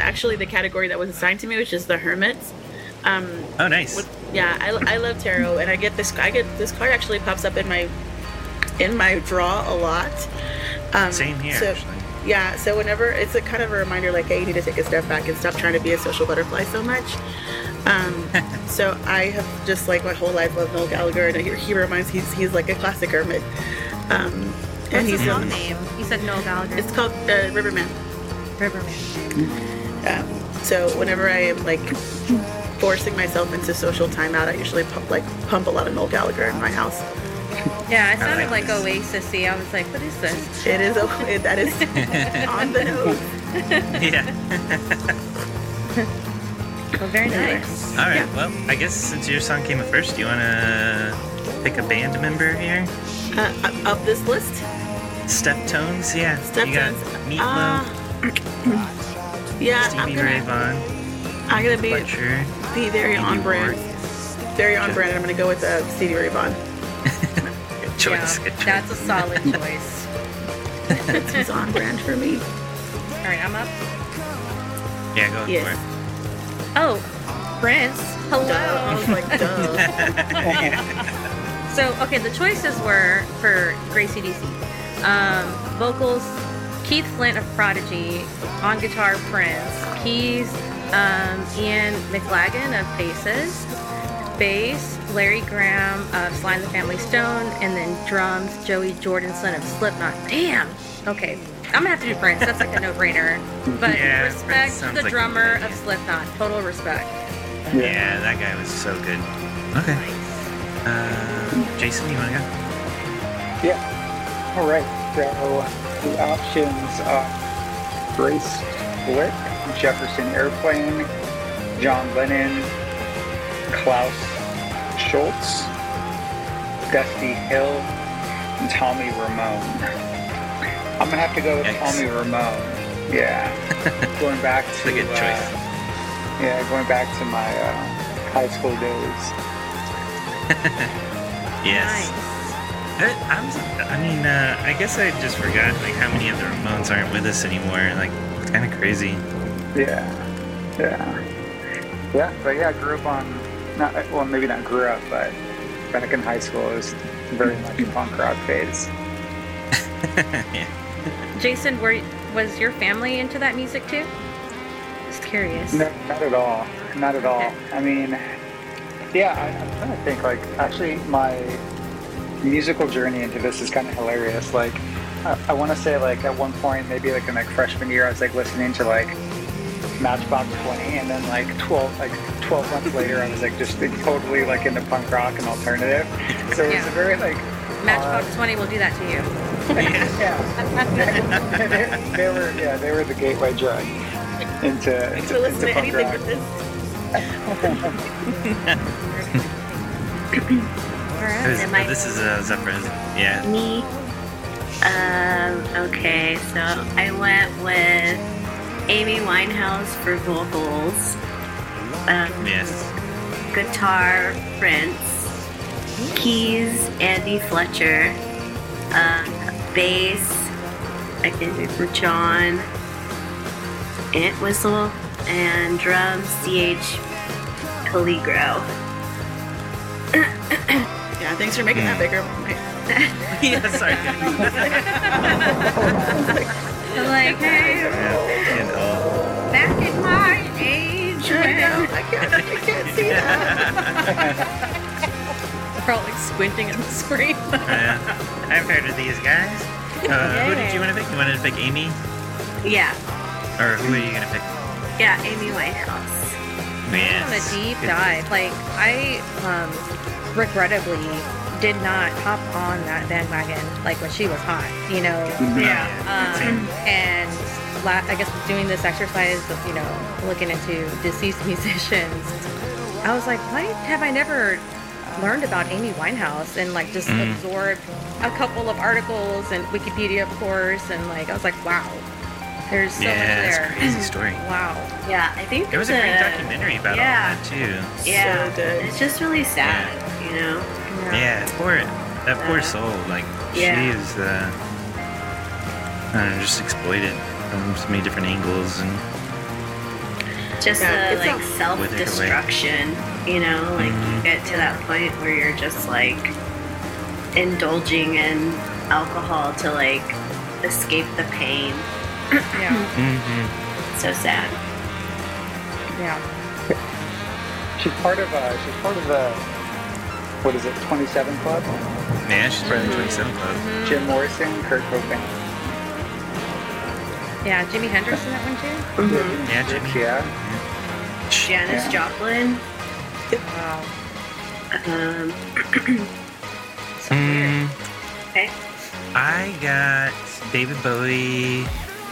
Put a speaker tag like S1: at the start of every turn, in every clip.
S1: actually the category that was assigned to me, which is the Hermits. Um,
S2: Oh, nice.
S1: with- yeah, I, I love tarot, and I get this. I get this card actually pops up in my in my draw a lot. Um,
S2: Same here,
S1: so-
S2: actually.
S1: Yeah, so whenever it's a kind of a reminder, like, hey, you need to take a step back and stop trying to be a social butterfly so much. Um, so I have just like my whole life loved Noel Gallagher, and he, he reminds he's he's like a classic hermit. Um, and
S3: What's his
S1: he's
S3: song name? You said Noel Gallagher.
S1: it's called uh, Riverman.
S3: Riverman.
S1: Um, so whenever I am like forcing myself into social time out, I usually pump, like pump a lot of Noel Gallagher in my house.
S3: Yeah, it sounded
S2: like
S3: like
S2: this.
S3: Oasisy. I was like, what is this?
S1: It is a it, that is on the nose.
S2: yeah.
S3: Well, very
S1: Anyway.
S3: nice.
S2: All right. Well, I guess since your song came up first, you want to pick a band member here?
S1: Uh, of this list,
S2: Step Tones, yeah.
S1: Step
S2: you got
S1: Tones,
S2: Meatloaf,
S1: yeah, Ah, I'm
S2: Stevie Ray
S1: gonna,
S2: Vaughan,
S1: I'm gonna be
S2: Fletcher.
S1: be very
S2: Andy
S1: on brand. Very on brand. I'm gonna go with uh, Stevie Ray Vaughan.
S2: Good choice.
S3: yeah,
S2: Good choice.
S3: That's a solid choice.
S1: That's who's on brand for me.
S3: All right, I'm up.
S2: yeah, go
S1: Yes.
S2: for
S3: Oh, Prince.
S1: Duh. I
S3: Hello.
S1: was like, duh.
S3: So, okay, the choices were for Gracie DC. Um, vocals, Keith Flint of Prodigy. On guitar, Prince. Keys, um, Ian McLagan of Faces. Bass, Larry Graham of Sly and the Family Stone. And then drums, Joey Jordanson of Slipknot. Damn! Okay, I'm gonna have to do Prince. That's like a no brainer. But
S2: Yeah, Prince
S3: respect the
S2: sounds like a good
S3: drummer
S2: idea.
S3: of Slipknot. Total respect.
S2: it. Yeah, that guy was so good. Okay. Uh, Jason, you want to go?
S4: Yeah. All right. So the options are Grace Flick, Jefferson Airplane, John Lennon, Klaus Schultz, Dusty Hill, and Tommy Ramone. I'm gonna have to go with
S2: Yikes.
S4: Tommy Ramone. Yeah. going back to
S2: It's a good
S4: uh,
S2: choice.
S4: yeah, going back to my uh, high school days.
S2: Yes.
S3: Nice.
S2: I, I'm, I mean, uh, I guess I just forgot like how many of the Ramones aren't with us anymore. Like, it's kind of crazy.
S4: Yeah, yeah, yeah. But yeah, I grew up on not well, maybe not grew up, but back in high school, it was very much a punk rock phase.
S2: yeah.
S3: Jason, were was your family into that music too? Just curious.
S4: No, not at all. Not at all. I mean, yeah, I, I'm trying to think. Like, actually, my musical journey into this is kind of hilarious. Like, I, I want to say, like, at one point, maybe like in like freshman year, I was like listening to like Matchbox 20, and then like 12, like 12 months later, I was like just totally like into punk rock and alternative. So it was
S3: Yeah.
S4: a very like um,
S3: Matchbox 20 will do that to you.
S4: yeah. they, they were yeah they were the gateway drug into
S1: You
S4: into,
S1: can listen
S4: into
S1: to
S4: punk
S1: anything
S4: rock.
S1: with this.
S3: All right.
S2: This,
S3: Am I-
S2: this is uh, Zephyr's. Yeah.
S3: me. Um, okay, so I went with Amy Winehouse for vocals, um,
S2: Yes.
S3: guitar, Prince, keys, Andy Fletcher, um, bass, I did it for John, ant whistle, and drums, CH Caligro.
S1: Yeah, thanks for making that bigger. My-
S2: yeah. Sorry.
S3: Like, hey,
S2: Yeah, and all.
S3: back in my age,
S1: I can't, I can't see that.
S2: uh,
S5: They're all like squinting at the screen.
S2: Uh, I've heard of these guys. Uh, who did you want to pick? You wanted to pick Amy,
S3: Yeah,
S2: or who are you gonna pick?
S3: yeah, Amy Winehouse.
S2: Yes.
S5: on a deep
S2: Good.
S5: dive. Like I um, regrettably did not hop on that bandwagon like when she was hot, you know. Um, and la- I guess doing this exercise of you know looking into deceased musicians, I was like, why have I never learned about Amy Winehouse and like just
S2: Mm.
S5: absorbed a couple of articles and Wikipedia, of course, and like I was like, wow, there's so
S2: yeah,
S5: much
S2: it's
S5: there.
S2: a crazy story.
S5: Wow.
S3: Yeah, I think
S2: There was a
S3: the-
S2: great documentary about
S3: yeah.
S2: all that too.
S3: Yeah,
S1: So good.
S3: it's just really sad, you know.
S2: Yeah, poor that poor
S3: Uh,
S2: soul. Like
S3: yeah.
S2: she is uh, I don't know, just exploited from so many different angles and
S6: Just
S1: Yeah,
S6: the
S1: it's
S6: like
S1: a-
S6: self destruction, you know, like you get to that point where you're just like indulging in alcohol to like escape the pain.
S5: Yeah.
S2: Mm-hmm.
S6: So sad.
S5: Yeah.
S4: She's part of uh, she's part of the what is it, 27 Club?
S5: Mm-hmm.
S2: Yeah, she's
S3: Mm-hmm.
S2: probably 27 club.
S4: Jim Morrison, Kurt Cobain.
S5: Yeah. Jimi Hendrix in that one too.
S2: Yeah, Jimmy.
S4: Yeah.
S6: Janis
S4: Yeah.
S6: Joplin.
S5: Wow.
S6: Um,
S5: So weird.
S2: Mm,
S6: okay.
S2: I got David Bowie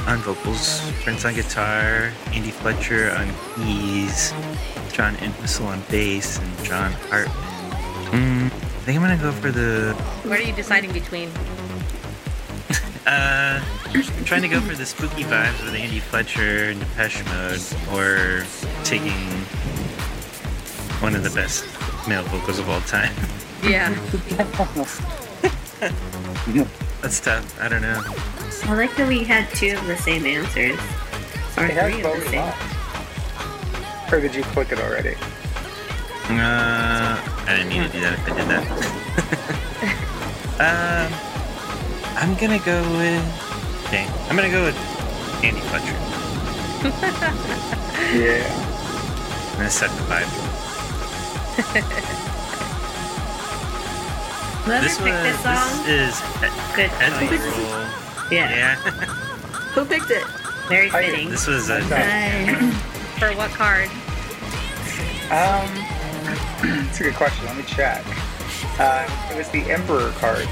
S2: on vocals, Prince on guitar, Andy Fletcher on keys, John Entwistle on bass, and John Hartman. Mm, I think I'm gonna go for the
S5: What are you deciding between?
S2: Uh, I'm trying to go for the spooky vibes with Andy Fletcher and Depeche Mode, or taking one of the best male vocals of all time.
S5: Yeah.
S2: That's tough. I don't know.
S6: I like that we had two of the same answers. Or
S4: It has
S6: three of the
S4: Bowie
S6: same.
S4: on. Or did you click it already?
S2: Uh, I didn't mean to do that. If I did that. um, I'm gonna go with. Dang, I'm gonna go with Andy Fletcher.
S4: Yeah.
S2: I'm gonna set the vibe.
S6: Whoever
S2: This
S6: picked
S2: was.
S6: this song,
S2: This is
S6: good
S2: Heads
S6: choice.
S2: Roll.
S6: Yeah,
S2: Yeah,
S1: Who picked it?
S6: very
S4: I-
S6: fitting.
S2: this was a.
S5: For what card? Uh,
S4: Um, it's a good question. Let me check. Um, it was the Emperor card.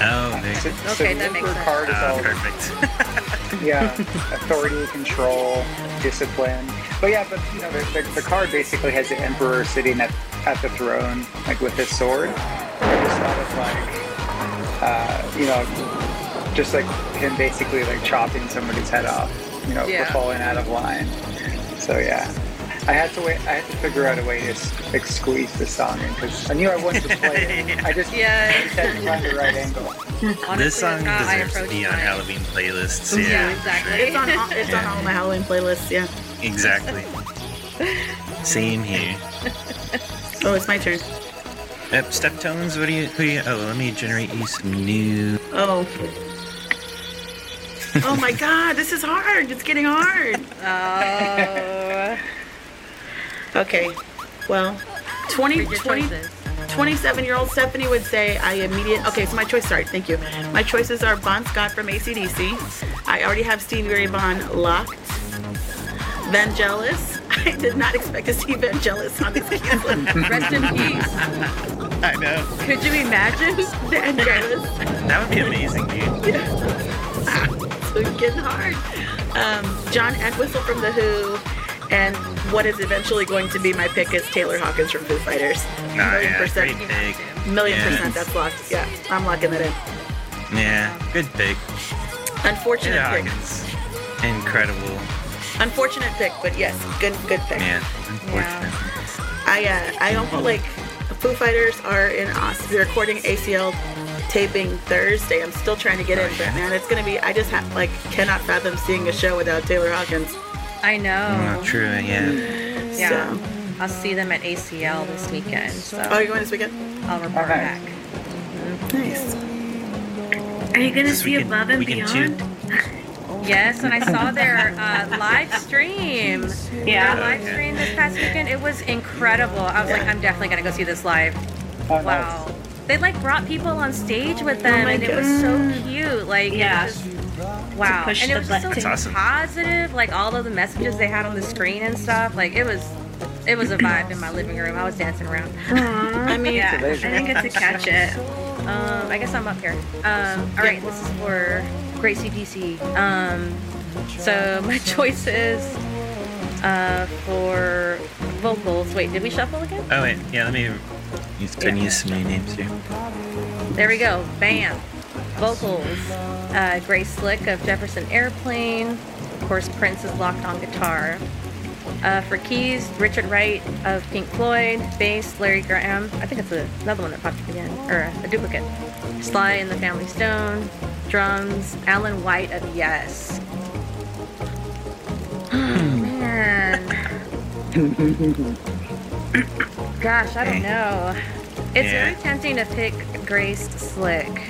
S2: Oh, there.
S4: So, so
S5: Okay,
S4: the
S5: that makes
S4: Emperor
S5: sense.
S4: card is
S2: Oh,
S4: all
S2: perfect.
S4: yeah, authority, control, discipline. But yeah, but you know, the, the, the card basically has the emperor sitting at, at the throne, like with his sword. I just thought of like, uh, you know, just like him basically like chopping somebody's head off, you know,
S5: Yeah.
S4: for falling out of line. So yeah. I had to wait. I had to figure out a way to s- like squeeze the song in because I knew I wanted to play it. I just,
S5: Yeah.
S4: I just had to find the right angle. Oh,
S5: Honestly,
S2: this song
S5: that's how I
S2: deserves to
S5: approach
S2: be on
S5: mine.
S2: Halloween playlists.
S5: Yeah,
S2: Yeah,
S5: exactly.
S1: It's on all, it's on all my Halloween playlists. Yeah.
S2: sure. Exactly. Same here.
S1: Oh, it's my turn.
S2: Yep, Steptones, what do you, who do you, oh, let me generate you some new.
S1: Oh. oh my god, this is hard. It's getting hard. Uh,
S5: Oh.
S1: Okay. Well, 20,
S5: Read your
S1: 20,
S5: choices.
S1: 27 year old Stephanie would say, I immediate. Okay, so my choice, sorry, thank you. My choices are Bon Scott from ACDC. I already have Stevie Ray Vaughan locked. Vangelis. I did not expect to see Vangelis on this cancel.
S5: Rest in peace.
S2: I know.
S5: Could you imagine?
S1: Vangelis.
S2: That would be amazing, dude.
S1: So it's getting hard. Um, John Entwistle from The Who. And what is eventually going to be my pick is Taylor Hawkins from Foo Fighters.
S2: Nah,
S1: million
S2: Ah, yeah, great
S1: percent.
S2: pick.
S1: Million
S2: Yeah.
S1: percent, that's locked. Yeah, I'm locking that in.
S2: Yeah, good pick.
S1: Unfortunate
S2: Taylor
S1: pick.
S2: Hawkins. Incredible.
S1: Unfortunate pick, but yes, good good pick.
S2: Man, unfortunately.
S1: I uh, I also like Foo Fighters are in Austin. They're recording ACL taping Thursday. I'm still trying to get
S2: Oh,
S1: in, but man, it's gonna be. I just have like cannot fathom seeing a show without Taylor Hawkins.
S5: I know.
S2: Not true, yeah.
S5: Yeah.
S1: So.
S5: I'll see them at ACL this weekend, so
S1: Oh, you're going this weekend?
S5: I'll report
S4: Okay.
S5: back.
S1: Nice.
S6: Are you gonna
S2: This
S6: see
S2: weekend-
S6: above and
S2: weekend
S6: beyond?
S5: Yes, and I saw their uh, live stream. Their
S6: Yeah.
S5: live stream this past weekend. It was incredible. I was like, I'm definitely gonna go see this live.
S4: Oh, nice.
S5: Wow. They like brought people on stage with them,
S1: my
S5: and it was so cute. Like,
S6: Yeah.
S5: yeah, just, wow,
S6: push
S5: and it
S6: the
S5: was just so
S6: button.
S2: That's awesome.
S5: positive. Like all of the messages they had on the screen and stuff. Like it was, it was a vibe in my living room. I was dancing around.
S1: I mean,
S6: Yeah, I
S4: amazing.
S6: didn't get to catch it.
S5: Um, I guess I'm up here. Um, all right, this is for Gracie DC. Um, so my choices uh, for vocals. Wait, did we shuffle again?
S2: Oh, wait, yeah, let me. It's been used some new names here.
S5: There we go. Bam. Vocals. Uh, Grace Slick of Jefferson Airplane. Of course, Prince is locked on guitar. Uh, for keys, Richard Wright of Pink Floyd. Bass, Larry Graham. I think it's a- another one that popped up again, or a duplicate. Sly and the Family Stone. Drums, Alan White of Yes. man. Gosh, I don't know. It's
S2: Yeah.
S5: very tempting to pick Grace Slick.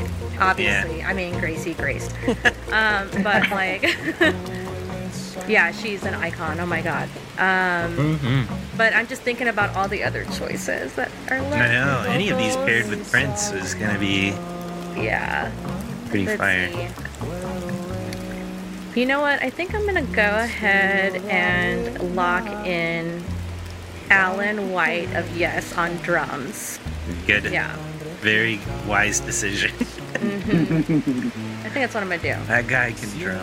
S5: Obviously, I mean Gracie Grace. um, but like, yeah, she's an icon. Oh my god. Um,
S2: Mm-hmm.
S5: but I'm just thinking about all the other choices that are left.
S2: I know.
S5: for
S2: Any of these
S5: vocals.
S2: paired with Prince is gonna be
S5: Yeah.
S2: pretty
S5: Let's
S2: fire.
S5: see. You know what? I think I'm gonna go ahead and lock in Alan White of Yes on drums.
S2: Good.
S5: Yeah,
S2: Very wise decision.
S5: I think that's what I'm gonna do.
S2: that guy can drum.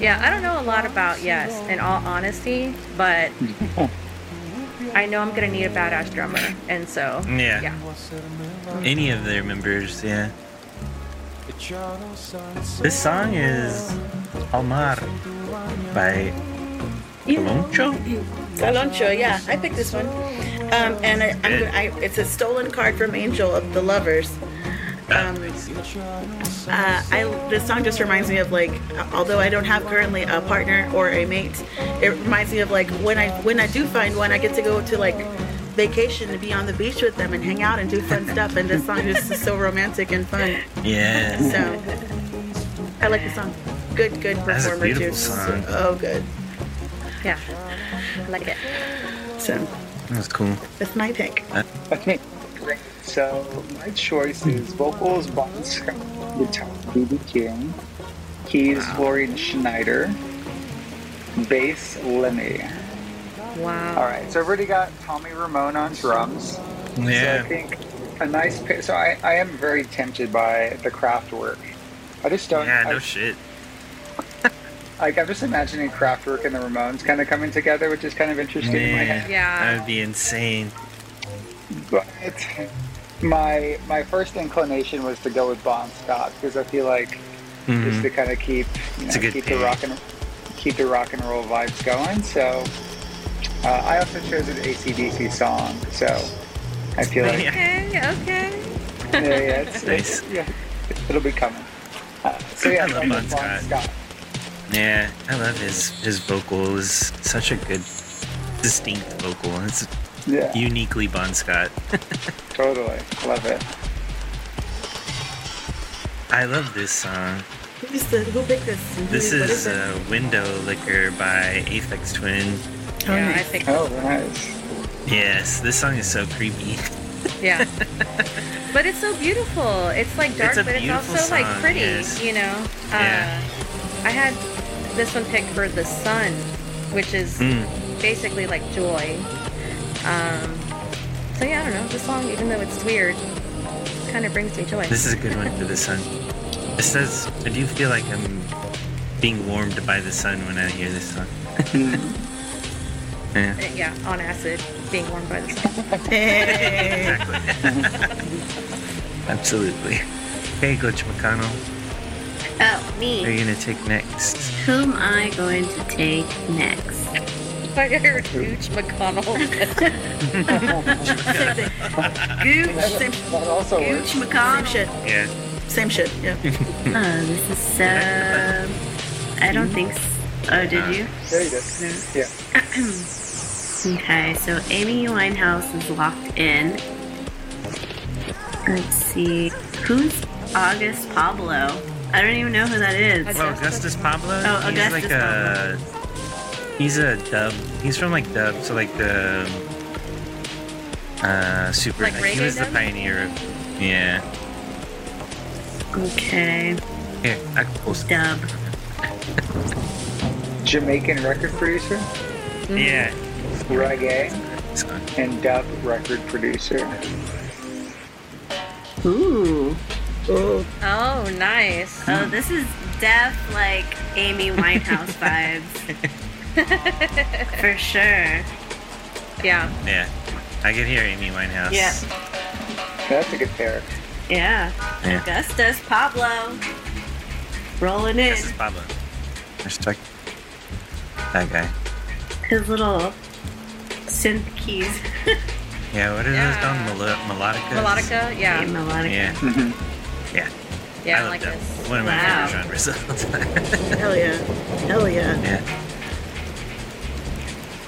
S5: Yeah, I don't know a lot about Yes, in all honesty, but I know I'm gonna need a badass drummer, and so
S2: Yeah.
S5: yeah,
S2: Any of their members, yeah. This song is Almar by Coloncho.
S1: Galoncho, uh, yeah, I picked this one. Um, and I, I'm
S2: Good.
S1: gonna, I, it's a stolen card from Angel of the Lovers. Um, uh, I, this song just reminds me of like, although I don't have currently a partner or a mate, it reminds me of like when I when I do find one, I get to go to like vacation and be on the beach with them and hang out and do fun stuff. And this song is just so romantic and fun.
S2: Yeah.
S1: So I like the song. Good, good performer
S2: That's a beautiful
S1: too.
S2: song.
S1: Oh, good.
S5: yeah, like it.
S1: So
S2: That's cool.
S1: that's my pick.
S4: Okay, great. So my choice is vocals Bon Scott, guitar BB King, keys Florian Schneider, bass Lemmy. All
S5: Wow.
S4: right, so I've already got Tommy Ramone on drums. So I
S2: Yeah.
S4: think a nice. pi- So I, I am very tempted by the craft work. I just don't.
S2: Yeah,
S4: I,
S2: no shit.
S4: like I'm just imagining craft work and the Ramones kind of coming together, which is kind of interesting in my head.
S2: Yeah.
S5: Yeah.
S4: Uh,
S2: That would be insane.
S4: But my my first inclination was to go with Bon Scott because I feel like just
S2: Mhm.
S4: to kind of keep you
S2: It's a
S4: know,
S2: good
S4: keep
S2: pick.
S4: the rock and keep the rock and roll vibes going. So uh, I also chose an ACDC song. So I feel like yeah,
S2: Yeah.
S5: Okay. Okay.
S4: yeah, it's,
S2: Nice.
S4: it's- yeah, it'll be coming. Uh, so
S2: I
S4: yeah,
S2: love
S4: I'm
S2: Bon
S4: with
S2: Scott. Yeah, I love his his vocal is such a good, distinct vocal. It's
S4: Yeah,
S2: uniquely Bon Scott.
S4: totally love it.
S2: I love this song.
S1: Who's the, who picked this? Who-
S2: This
S1: what
S2: is
S1: it?
S2: uh, Window Liquor by Aphex Twin.
S1: Oh,
S5: Yeah, I
S1: nice.
S5: think
S4: Oh, nice.
S2: Yes, this song is so creepy.
S5: Yeah. but it's so beautiful. It's like dark,
S2: It's a
S5: but it's
S2: beautiful
S5: also like
S2: song,
S5: pretty,
S2: yes.
S5: you know? Uh,
S2: Yeah.
S5: I had this one picked for The Sun, which is
S2: Mm,
S5: basically like joy. Um, so yeah, I don't know. This song, even though it's weird, kind of brings me joy.
S2: this is a good one for the sun. It says, I do feel like I'm being warmed by the sun when I hear this song. yeah,
S5: Uh, yeah, on acid, being warmed by the sun.
S2: uh,
S1: Hey.
S2: exactly. Absolutely. Hey, Glitch McConnell,
S6: Oh,
S2: what are
S6: me.
S2: you going to take next?
S6: Who am I going to take next?
S5: I heard Gooch McConnell.
S1: Same thing. Gooch. Same,
S4: That also works.
S6: Gooch
S1: same
S6: McConnell.
S1: shit.
S2: Yeah.
S1: Same shit. Yeah.
S6: Oh, this is so. I don't think. s Oh, did you?
S4: There you go.
S5: Mm-hmm.
S4: Yeah.
S6: Okay, so Amy Winehouse is locked in. Let's see. Who's August Pablo? I don't even know who that is.
S5: That's-
S2: Well, Augustus Pablo.
S6: Oh,
S2: he's
S6: Augustus
S2: like a. He's a dub. He's from like dub, so like the. Uh, super.
S5: Like
S2: he
S5: reggae
S2: was
S5: dub?
S2: the pioneer of. Yeah.
S6: Okay,
S2: Here, I can post it.
S6: dub.
S4: Jamaican record producer,
S2: Yeah.
S4: reggae,
S2: It's on.
S4: and dub record producer.
S6: Ooh.
S1: Oh,
S5: oh, nice.
S6: Oh, this is def like Amy Winehouse vibes. For sure.
S5: Yeah.
S2: Yeah. I can hear Amy Winehouse.
S6: Yeah.
S4: That's a good pair.
S6: Yeah.
S2: Yeah.
S6: Augustus Pablo. Rolling in.
S2: Augustus Pablo. Respect that guy.
S6: His little synth keys.
S2: Yeah. What are
S5: Yeah.
S2: those called? Melo- melodica.
S5: Melodica,
S6: Hey,
S5: yeah.
S6: melodic.
S2: Yeah. Yeah. I
S5: Yeah,
S2: love
S5: like
S2: dub.
S5: this.
S2: One of my
S6: Wow.
S2: favorite genres of all time.
S1: hell yeah. Hell yeah.
S2: Yeah.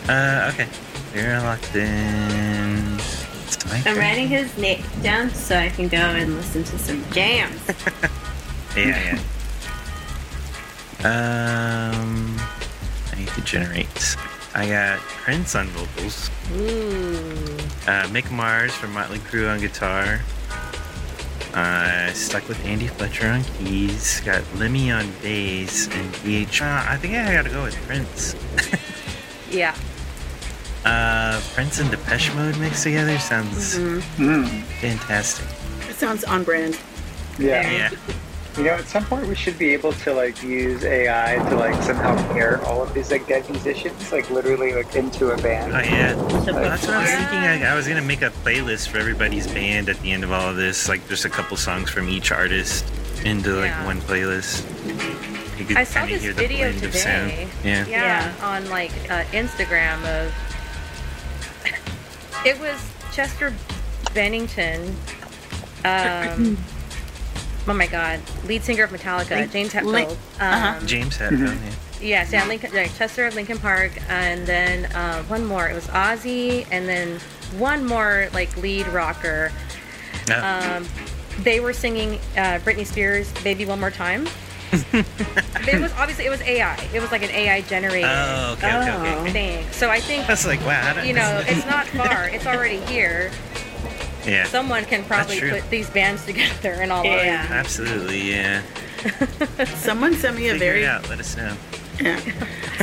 S2: Uh, okay. You're locked in. It's my
S6: I'm
S2: turn.
S6: writing his name down so I can go and listen to some jams.
S2: Yeah, yeah. um, I need to generate. I got Prince on vocals.
S3: Ooh.
S2: Uh, Mick Mars from Motley Crue on guitar. Uh, stuck with Andy Fletcher on keys. Got Lemmy on bass and DH. Uh, I think I gotta go with Prince.
S3: Yeah.
S2: Uh, Prince and Depeche Mode mixed together sounds
S4: Mm.
S2: fantastic.
S1: It sounds on brand.
S4: Yeah.
S2: Yeah.
S4: You know, at some point we should be able to like use AI to like somehow pair all of these like dead musicians like literally like into a
S2: Oh
S4: band.
S2: yeah.
S6: So
S4: Like,
S2: That's what I was thinking. I, I was gonna make a playlist for everybody's band at the end of all of this, like just a couple songs from each artist into like
S3: Yeah.
S2: one playlist. You could
S3: I saw
S2: kinda
S3: this
S2: hear the
S3: video
S2: blend of sound.
S3: today.
S2: Yeah.
S3: yeah, on like uh, Instagram of it was Chester Bennington. Um, oh my God, lead singer of Metallica,
S1: Link-
S3: James
S1: Link-
S3: Hetfield.
S1: uh-huh.
S3: um,
S2: James Hetfield.
S4: Mhm.
S2: Yeah.
S3: Yes, yeah, Lincoln, yeah, Chester of Lincoln Park, and then uh, one more. It was Ozzy, and then one more like lead rocker.
S2: No.
S3: Um, they were singing uh, Britney Spears "Baby One More Time." it was obviously it was AI. It was like an AI generated
S2: oh, okay, okay, okay.
S6: Oh.
S3: thing. So I think
S2: That's like wow. How did,
S3: you know it's not far. It's already here.
S2: yeah,
S3: Someone can probably
S2: true.
S3: put these bands together and all
S6: Yeah.
S2: absolutely. Yeah,
S1: Someone sent me a
S2: figure
S1: very
S2: it out. Let us know.
S1: Yeah.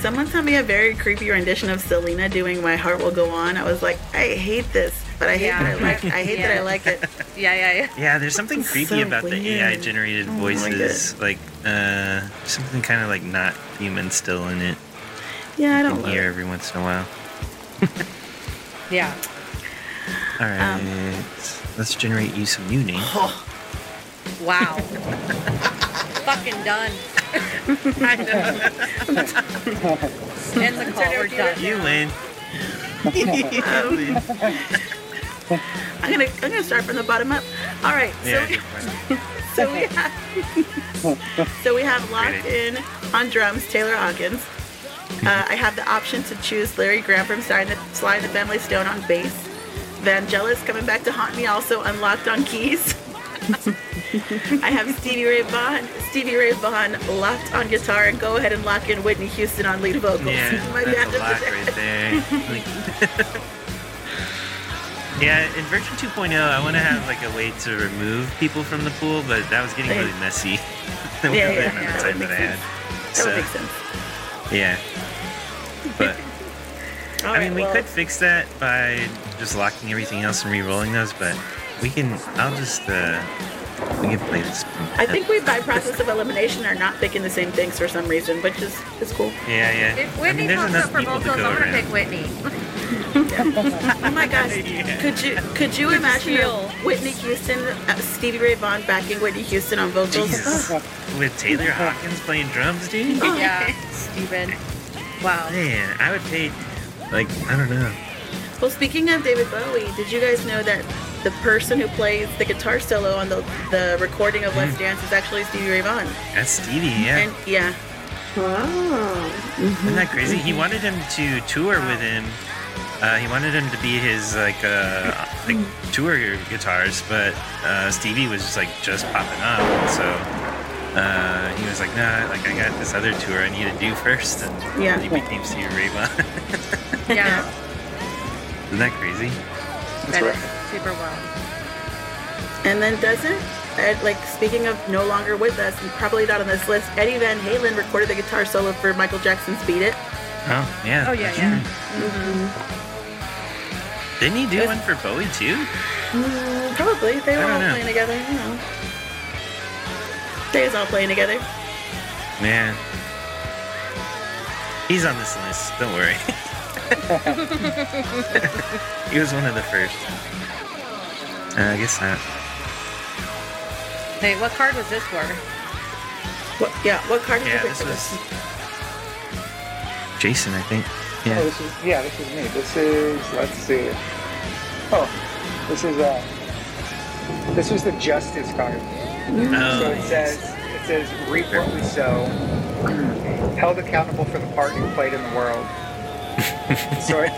S1: Someone sent me a very creepy rendition of Selena doing "My Heart Will Go On." I was like, I hate this, but I hate
S3: Yeah.
S1: that I like. I hate that
S3: Yeah.
S1: I like it.
S3: of it. Yeah, yeah, yeah.
S2: Yeah, there's something
S1: So
S2: creepy about the
S1: weird.
S2: AI-generated
S1: Oh my
S2: voices, like uh, something kind of like not human still in it.
S1: Yeah, I
S2: You
S1: don't
S2: can
S1: love
S2: hear
S1: it.
S2: every once in a while.
S3: Yeah.
S2: All right, let's generate you some new names.
S1: Oh,
S3: Wow. Fucking done.
S1: I know.
S3: End the call. We're done.
S2: You win.
S1: I'm gonna I'm gonna start from the bottom up. All right.
S2: Yeah,
S1: So
S2: good point.
S1: so we have so we have locked in on drums Taylor Hawkins. Uh, I have the option to choose Larry Graham from Sly and the, Sly and the Family Stone on bass. Vangelis coming back to haunt me also unlocked on keys. I have Stevie Ray Vaughan, Stevie Ray Vaughan locked on guitar, and go ahead and lock in Whitney Houston on lead vocals.
S2: Yeah,
S1: My
S2: that's a
S1: bad.
S2: lock right there. Like- yeah, in version 2.0, I want to have like a way to remove people from the pool, but that was getting really messy.
S1: Yeah,
S2: the amount
S1: yeah,
S2: of
S1: yeah, that
S2: time
S1: would
S2: that I
S1: make sense.
S2: had.
S1: That would
S2: So
S1: make sense.
S2: yeah, but
S1: All
S2: I mean,
S1: right,
S2: we
S1: well,
S2: could fix that by just locking everything else and re-rolling those, but we can. I'll just uh, we can play this. from
S1: I
S2: the
S1: think we, by process of elimination, are not picking the same things for some reason, which is is cool.
S2: head. Yeah, yeah.
S5: If
S2: I mean,
S5: Whitney
S2: there's
S5: pops up
S2: enough
S5: for
S2: people to
S5: vocals,
S2: go
S5: I'm gonna
S2: around.
S5: pick Whitney.
S1: Oh my gosh!
S2: Yeah.
S1: Could you could you imagine a
S3: feel-
S1: Whitney Houston, uh, Stevie Ray Vaughan backing Whitney Houston on vocals?
S2: Jesus. With Taylor Hawkins playing drums, dude.
S3: Yeah. Stupid. Wow.
S2: Man, I would pay, like, I don't know.
S1: Well, speaking of David Bowie, did you guys know that the person who plays the guitar solo on the the recording of Let's Dance is actually Stevie Ray Vaughan?
S2: That's Stevie, Mm-hmm. yeah.
S1: And yeah,
S6: Whoa.
S2: Isn't that crazy? He wanted him to tour with him. Uh, he wanted him to be his, like, uh, like tour guitarist, but uh, Stevie was just, like, just popping up. And so uh, he was like, nah, like, I got this other tour I need to do first. And
S1: Yeah.
S2: he became Stevie Ray Vaughan.
S3: Yeah.
S2: Isn't that crazy?
S3: that is super wild.
S1: and then doesn't Ed, like speaking of no longer with us and probably not on this list, Eddie Van Halen recorded the guitar solo for Michael Jackson's "Beat It."
S2: Oh, yeah.
S3: Oh, yeah,
S2: that's
S3: yeah. Mm-hmm.
S2: true. Didn't he do one for Bowie, too?
S1: Mm, probably they
S2: I
S1: were
S2: don't
S1: all
S2: know.
S1: playing together. You know, they was all playing together.
S2: Man. He's on this list, don't worry. he was one of the first. Uh, I guess not.
S3: Hey, what card was this for?
S1: What, yeah, what card did
S2: Yeah,
S1: you pick
S2: this
S1: for this?
S2: was Jason, I think.
S4: Oh,
S2: Yeah.
S4: this is yeah, this is me. This is let's see. Oh, this is uh, this was the justice card. so it
S2: Oh,
S4: says it says reap what we sow, held accountable for the part you played in the world. so I,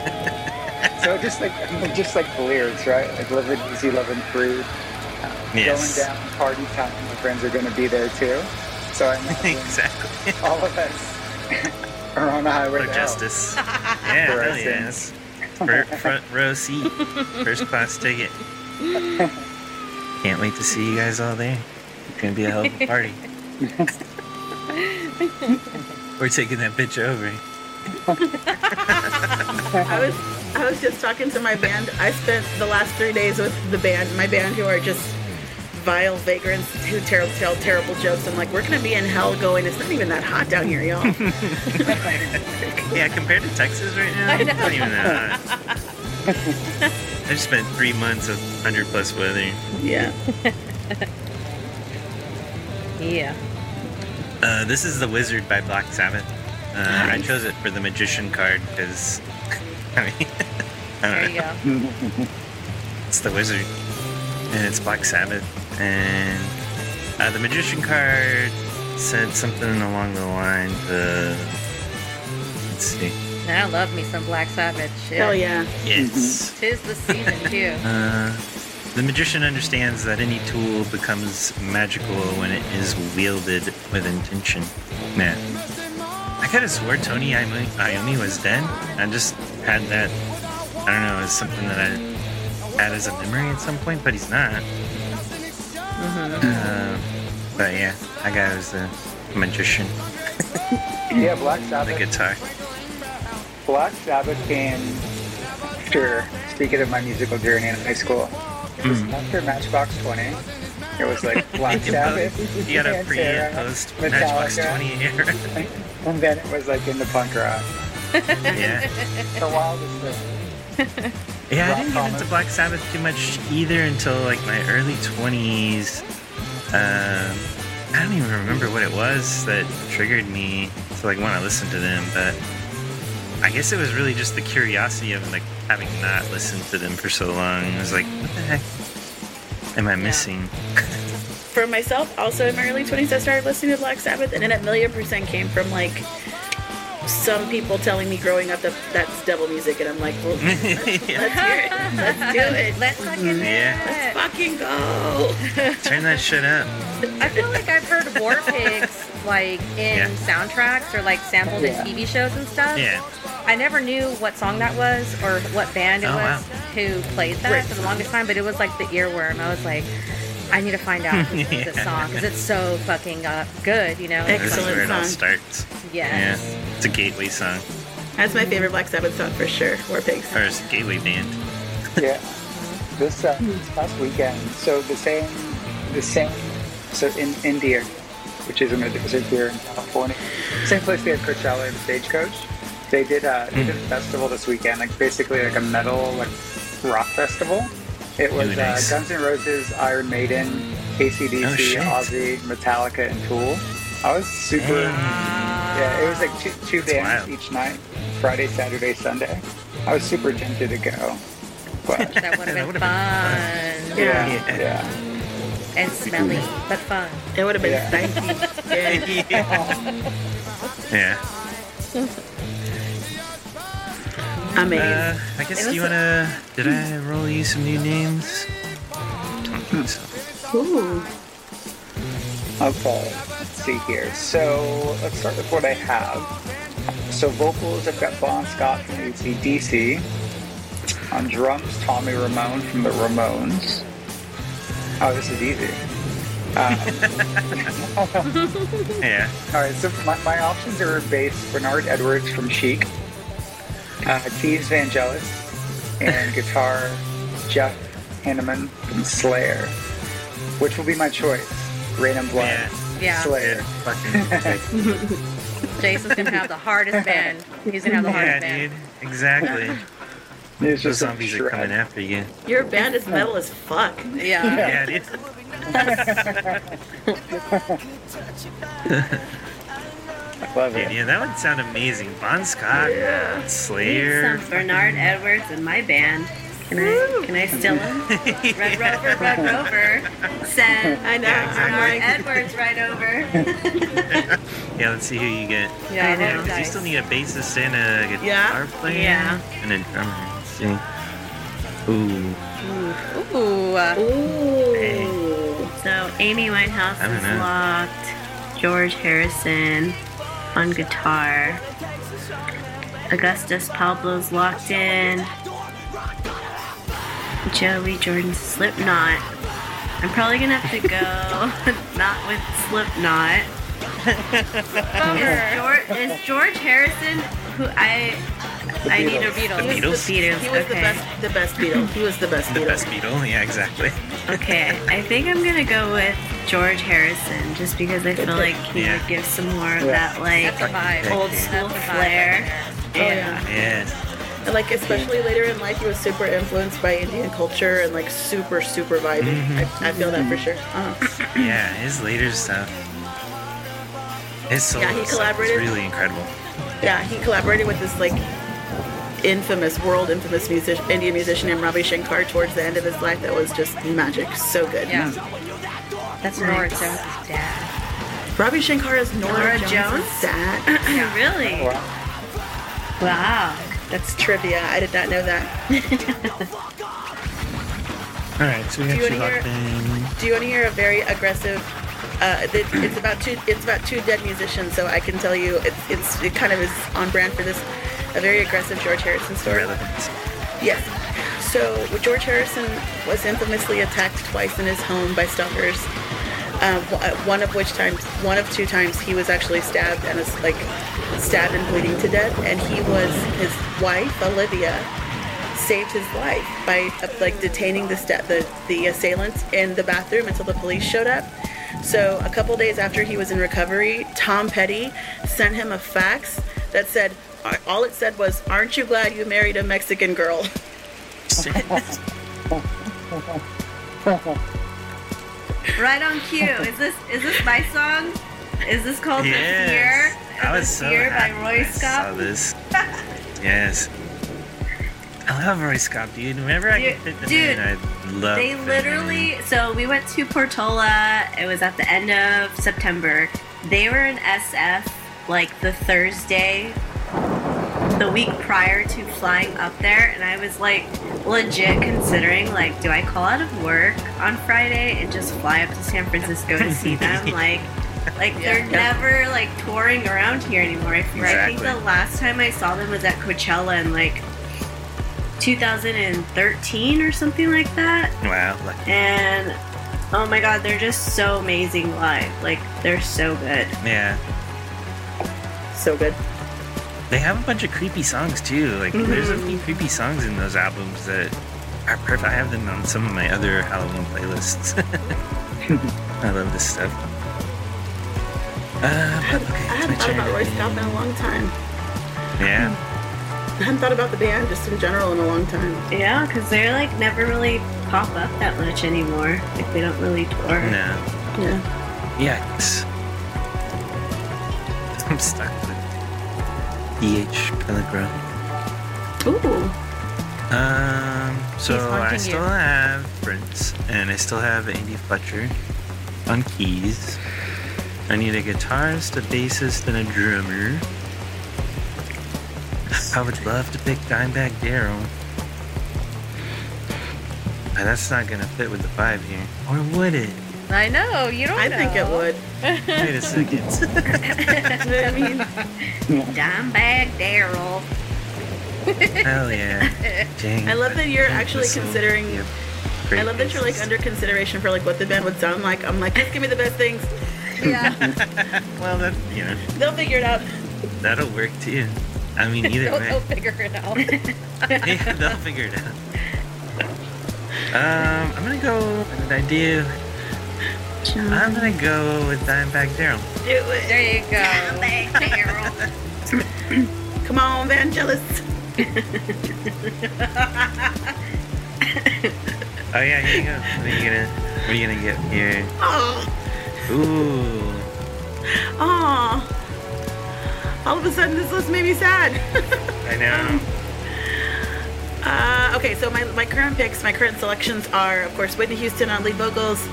S4: so I just like just like the lyrics, right? Like living easy, living free.
S2: Yes.
S4: Going down party time, my friends are going to be there too. So I imagine
S2: exactly.
S4: all of us are on a
S2: For
S4: highway to hell.
S2: justice. Yeah,
S4: For
S2: hell
S4: us,
S2: yes. Front, front row seat, first class ticket. Can't wait to see you guys all there. It's gonna be a hell of a party. We're taking that bitch over.
S1: I was I was just talking to my band. I spent the last three days with the band, my band who are just vile vagrants who tell, tell terrible jokes. I'm like, we're gonna be in hell going. It's not even that hot down here, y'all.
S2: Yeah, compared to Texas right now, it's not even that hot. I just spent three months of 100 plus weather.
S1: yeah.
S5: Yeah.
S2: Uh, this is The Wizard by Black Sabbath. Uh, I chose it for the Magician card because, I mean, I don't
S5: There
S2: know.
S5: you go.
S2: It's the wizard, and it's Black Sabbath, and uh, the magician card said something along the line. The let's see,
S5: And I love me some Black Sabbath shit.
S1: Hell yeah.
S2: yes.
S5: Tis the season too.
S2: Uh, the magician understands that any tool becomes magical when it is wielded with intention. Man, I could have swore Tony Iommi Iommi was dead. I just had that. I don't know. It's something that I had as a memory at some point, but he's not. Um, but yeah, that guy was the magician,
S4: Yeah, Black
S2: the
S4: Sabbath.
S2: guitar.
S4: Black Sabbath came after, speaking of my musical journey in high school, it
S2: Hmm.
S4: was after Matchbox 20. It was like Black
S2: You had
S4: Sabbath.
S2: a pre and
S4: Pantera,
S2: post Matchbox
S4: Metallica,
S2: 20 era.
S4: And then it was like in the punk rock.
S2: yeah.
S4: The wildest thing.
S2: Yeah, I didn't
S4: Rock
S2: get into
S4: Thomas.
S2: Black Sabbath too much either until like my early 20s. Um, I don't even remember what it was that triggered me to like want to listen to them, but I guess it was really just the curiosity of like having not listened to them for so long. It was like, what the heck am I missing?
S1: For myself, also in my early 20s, I started listening to Black Sabbath, and then a million percent came from like some people telling me growing up that that's devil music, and I'm like, well, let's
S2: yeah.
S1: hear it. Let's do it.
S5: Let's fucking
S2: yeah,
S1: Let's fucking go.
S2: turn that shit up.
S5: I feel like I've heard War Pigs like in
S2: Yeah.
S5: soundtracks or like sampled
S4: Yeah.
S5: in TV shows and stuff.
S2: Yeah,
S5: I never knew what song that was or what band it
S2: Oh,
S5: was
S2: wow.
S5: who played that
S1: Right.
S5: for the longest time, but it was like the earworm. I was like, I need to find out who did this
S2: Yeah.
S5: song because it's so fucking uh, good, you know?
S2: this is
S1: Excellent
S2: where it all
S1: song.
S2: starts.
S5: Yes.
S2: Yeah, it's a gateway song
S1: That's my favorite Black Sabbath song for sure. War Pigs.
S2: or it's a gateway band.
S4: Yeah. This, uh, this past weekend, so the same, the same, so in India, which is a music here in California, same place they had Coachella and Stagecoach. They did, uh, they did a
S2: Mm-hmm.
S4: festival this weekend, like basically like a metal like rock festival. It was
S2: Really nice.
S4: uh, Guns N' Roses, Iron Maiden,
S2: Oh,
S4: ACDC,
S2: shit.
S4: Ozzy, Metallica, and Tool. I was super. Yeah, it was like two, two
S2: That's
S4: bands
S2: wild.
S4: each night, Friday, Saturday, Sunday. I was super tempted to go, but
S5: That would have
S2: That
S5: been,
S2: would've
S5: fun.
S4: yeah,
S2: Yeah.
S4: yeah.
S5: and smelly, but fun.
S1: It would have been
S4: Yeah.
S1: spicy. Yeah.
S2: yeah. yeah.
S1: Amazing.
S2: Uh, I guess
S5: It
S2: you
S5: was
S2: wanna. Did I roll you some new names? Don't think so.
S1: Ooh.
S4: Okay, let's see here. So let's start with what I have. So vocals, I've got Bon Scott from ACDC. On drums, Tommy Ramone from the Ramones. Oh, this is easy.
S2: Yeah.
S4: All right, so my, my options are bass Bernard Edwards from Chic, uh, Keys Vangelis, and guitar Jeff Hanneman from Slayer, which will be my choice. Rain and Blood,
S2: Yeah.
S5: Yeah.
S4: Slayer.
S2: Good fucking.
S5: Jason's gonna have the hardest band. He's gonna have the hardest
S2: yeah,
S5: band.
S2: dude. Exactly. Those
S4: It's just a
S2: zombies are
S4: shred.
S2: coming after you.
S1: Your band is metal as fuck.
S5: Yeah.
S2: Yeah, dude.
S4: I love
S2: Dude,
S4: it.
S2: yeah, that would sound amazing. Bon Scott, Slayer.
S6: Some Bernard Edwards in my band. Can I, can I steal him? Red Rover, Red Rover. Send
S1: I know.
S2: exactly.
S1: I'm like,
S6: Edwards right over.
S2: Yeah, let's see who you get.
S6: I know.
S2: Because you still need a bassist and a guitar
S1: Yeah.
S2: player
S6: Yeah.
S2: and a drummer. Let's see. Ooh,
S5: Ooh. uh,
S1: ooh.
S6: so Amy Winehouse
S2: I don't
S6: is
S2: know.
S6: locked. George Harrison on guitar. Augustus Pablo's locked in. Joey Jordan Slipknot. I'm probably gonna have to go not with Slipknot. is, George, is George Harrison who I I need a
S5: Beatles. Oh,
S6: Beatles.
S5: The
S2: Beatles?
S6: The
S1: He
S6: Beatles.
S1: was
S6: okay.
S1: the best, the best Beatle. He was the best
S2: the
S1: Beatle.
S2: best Beatle. Yeah, exactly.
S6: Okay, I think I'm gonna go with George Harrison just because I feel like he
S2: Yeah.
S6: would give some more of
S4: Yeah.
S6: that like
S5: that's a vibe.
S6: old
S2: That's
S6: school
S5: That's a vibe right
S6: flair.
S5: there.
S1: Oh, yeah.
S2: Yes.
S1: And, like especially later in life, he was super influenced by Indian culture and like super, super vibey. I, I feel that for sure. Uh-huh.
S2: Yeah, his later stuff. His solo
S1: he
S2: stuff is
S1: collaborated.
S2: really incredible.
S1: Yeah, he collaborated with this like infamous, world infamous music, Indian musician named Ravi Shankar towards the end of his life. That was just magic. So good.
S5: Yeah. That's Nora
S6: Nice.
S5: Jones' dad.
S1: Ravi Shankar is
S6: Nora
S1: Nora,
S6: Jones?
S1: Jones. That
S6: really?
S4: Wow.
S6: Wow.
S1: that's trivia. I did not know that.
S2: All right, so we
S1: Do
S2: got
S1: you
S2: you
S1: wanna
S2: locked in.
S1: Do you want to hear a very aggressive? Uh, it, it's about two. It's about two dead musicians. So I can tell you, it's, it's it kind of is on brand for this. A very aggressive George Harrison story.
S2: Relevance.
S1: Yes. So George Harrison was infamously attacked twice in his home by stalkers. Uh, w- uh, one of which times, one of two times, he was actually stabbed and is like stabbed and bleeding to death. And he was his wife Olivia saved his life by uh, like detaining the sta- the the assailants in the bathroom until the police showed up. So a couple days after he was in recovery, Tom Petty sent him a fax that said all it said was, "Aren't you glad you married a Mexican girl?"
S6: Right on cue. Is this is this my song? Is this called
S2: Yes.
S6: The Fear?
S2: I
S6: The
S2: was so
S6: Fear by
S2: happy when
S6: Roy
S2: I saw
S6: Scott.
S2: this. yes. I love Roy Scott, dude. Whenever I can
S6: Dude-
S2: fit them
S6: dude,
S2: in, I love
S6: They
S2: them in.
S6: literally. So we went to Portola. It was at the end of September. They were in SF like the Thursday, the week prior to flying up there, and I was like legit considering like, do I call out of work on Friday and just fly up to San Francisco to see them? like, like they're never like touring around here anymore. I, feel- I think
S2: Exactly.
S6: the last time I saw them was at Coachella in like 2013 or something like that
S2: Wow, like,
S6: and oh my god, they're just so amazing live. Like they're so good.
S2: yeah.
S1: So good.
S2: They have a bunch of creepy songs too. Like
S1: Mm-hmm.
S2: there's a few creepy songs in those albums that are perfect. I have them on some of my other Halloween playlists. I love this stuff. Uh,
S1: I
S2: but, okay,
S1: haven't
S2: it's my
S1: thought about
S2: turn.
S1: Roy Scott in a long time.
S2: Yeah,
S1: I haven't thought about the band just in general in a long time.
S6: Yeah, because they're like never really pop up that much anymore. Like they don't really tour.
S2: no,
S1: Yeah.
S2: yikes! I'm stuck with D.H. Pellegrin.
S1: Ooh.
S2: Um, so
S5: He's haunting
S2: I
S5: you.
S2: still have Prince, and I still have Andy Fletcher on keys. I need a guitarist, a bassist, and a drummer. I would love to pick Dimebag Daryl. But that's not gonna fit with the vibe here. Or would it?
S5: I know. You don't
S1: I
S5: know.
S1: think it would.
S2: Wait a second.
S1: I mean,
S6: Dimebag Daryl.
S2: Hell yeah. Dang,
S1: I love
S2: but
S1: that you're
S2: Prince
S1: actually
S2: was so-
S1: considering-
S2: yep.
S1: I
S2: Great
S1: love that you're like
S2: bassist.
S1: under consideration for like what the band would sound like. I'm like, just give me the best things.
S5: Yeah.
S2: Well, that, you know,
S1: They'll figure it out.
S2: that'll work too. I mean, either
S5: They'll,
S2: way.
S5: they'll figure it out.
S2: yeah, they'll figure it out. Um, I'm gonna go with an idea. I'm gonna go with Dimebag Daryl.
S1: Do it.
S5: There you go.
S6: Dimebag Daryl.
S1: Come on, Vangelis.
S2: Oh yeah, here you go. What are you gonna What are you gonna get here?
S1: Oh,
S2: Ooh,
S1: oh. All of a sudden, this list made me sad.
S2: I know.
S1: Uh, Uh, okay, so my, my current picks, my current selections are, of course, Whitney Houston on lead vocals,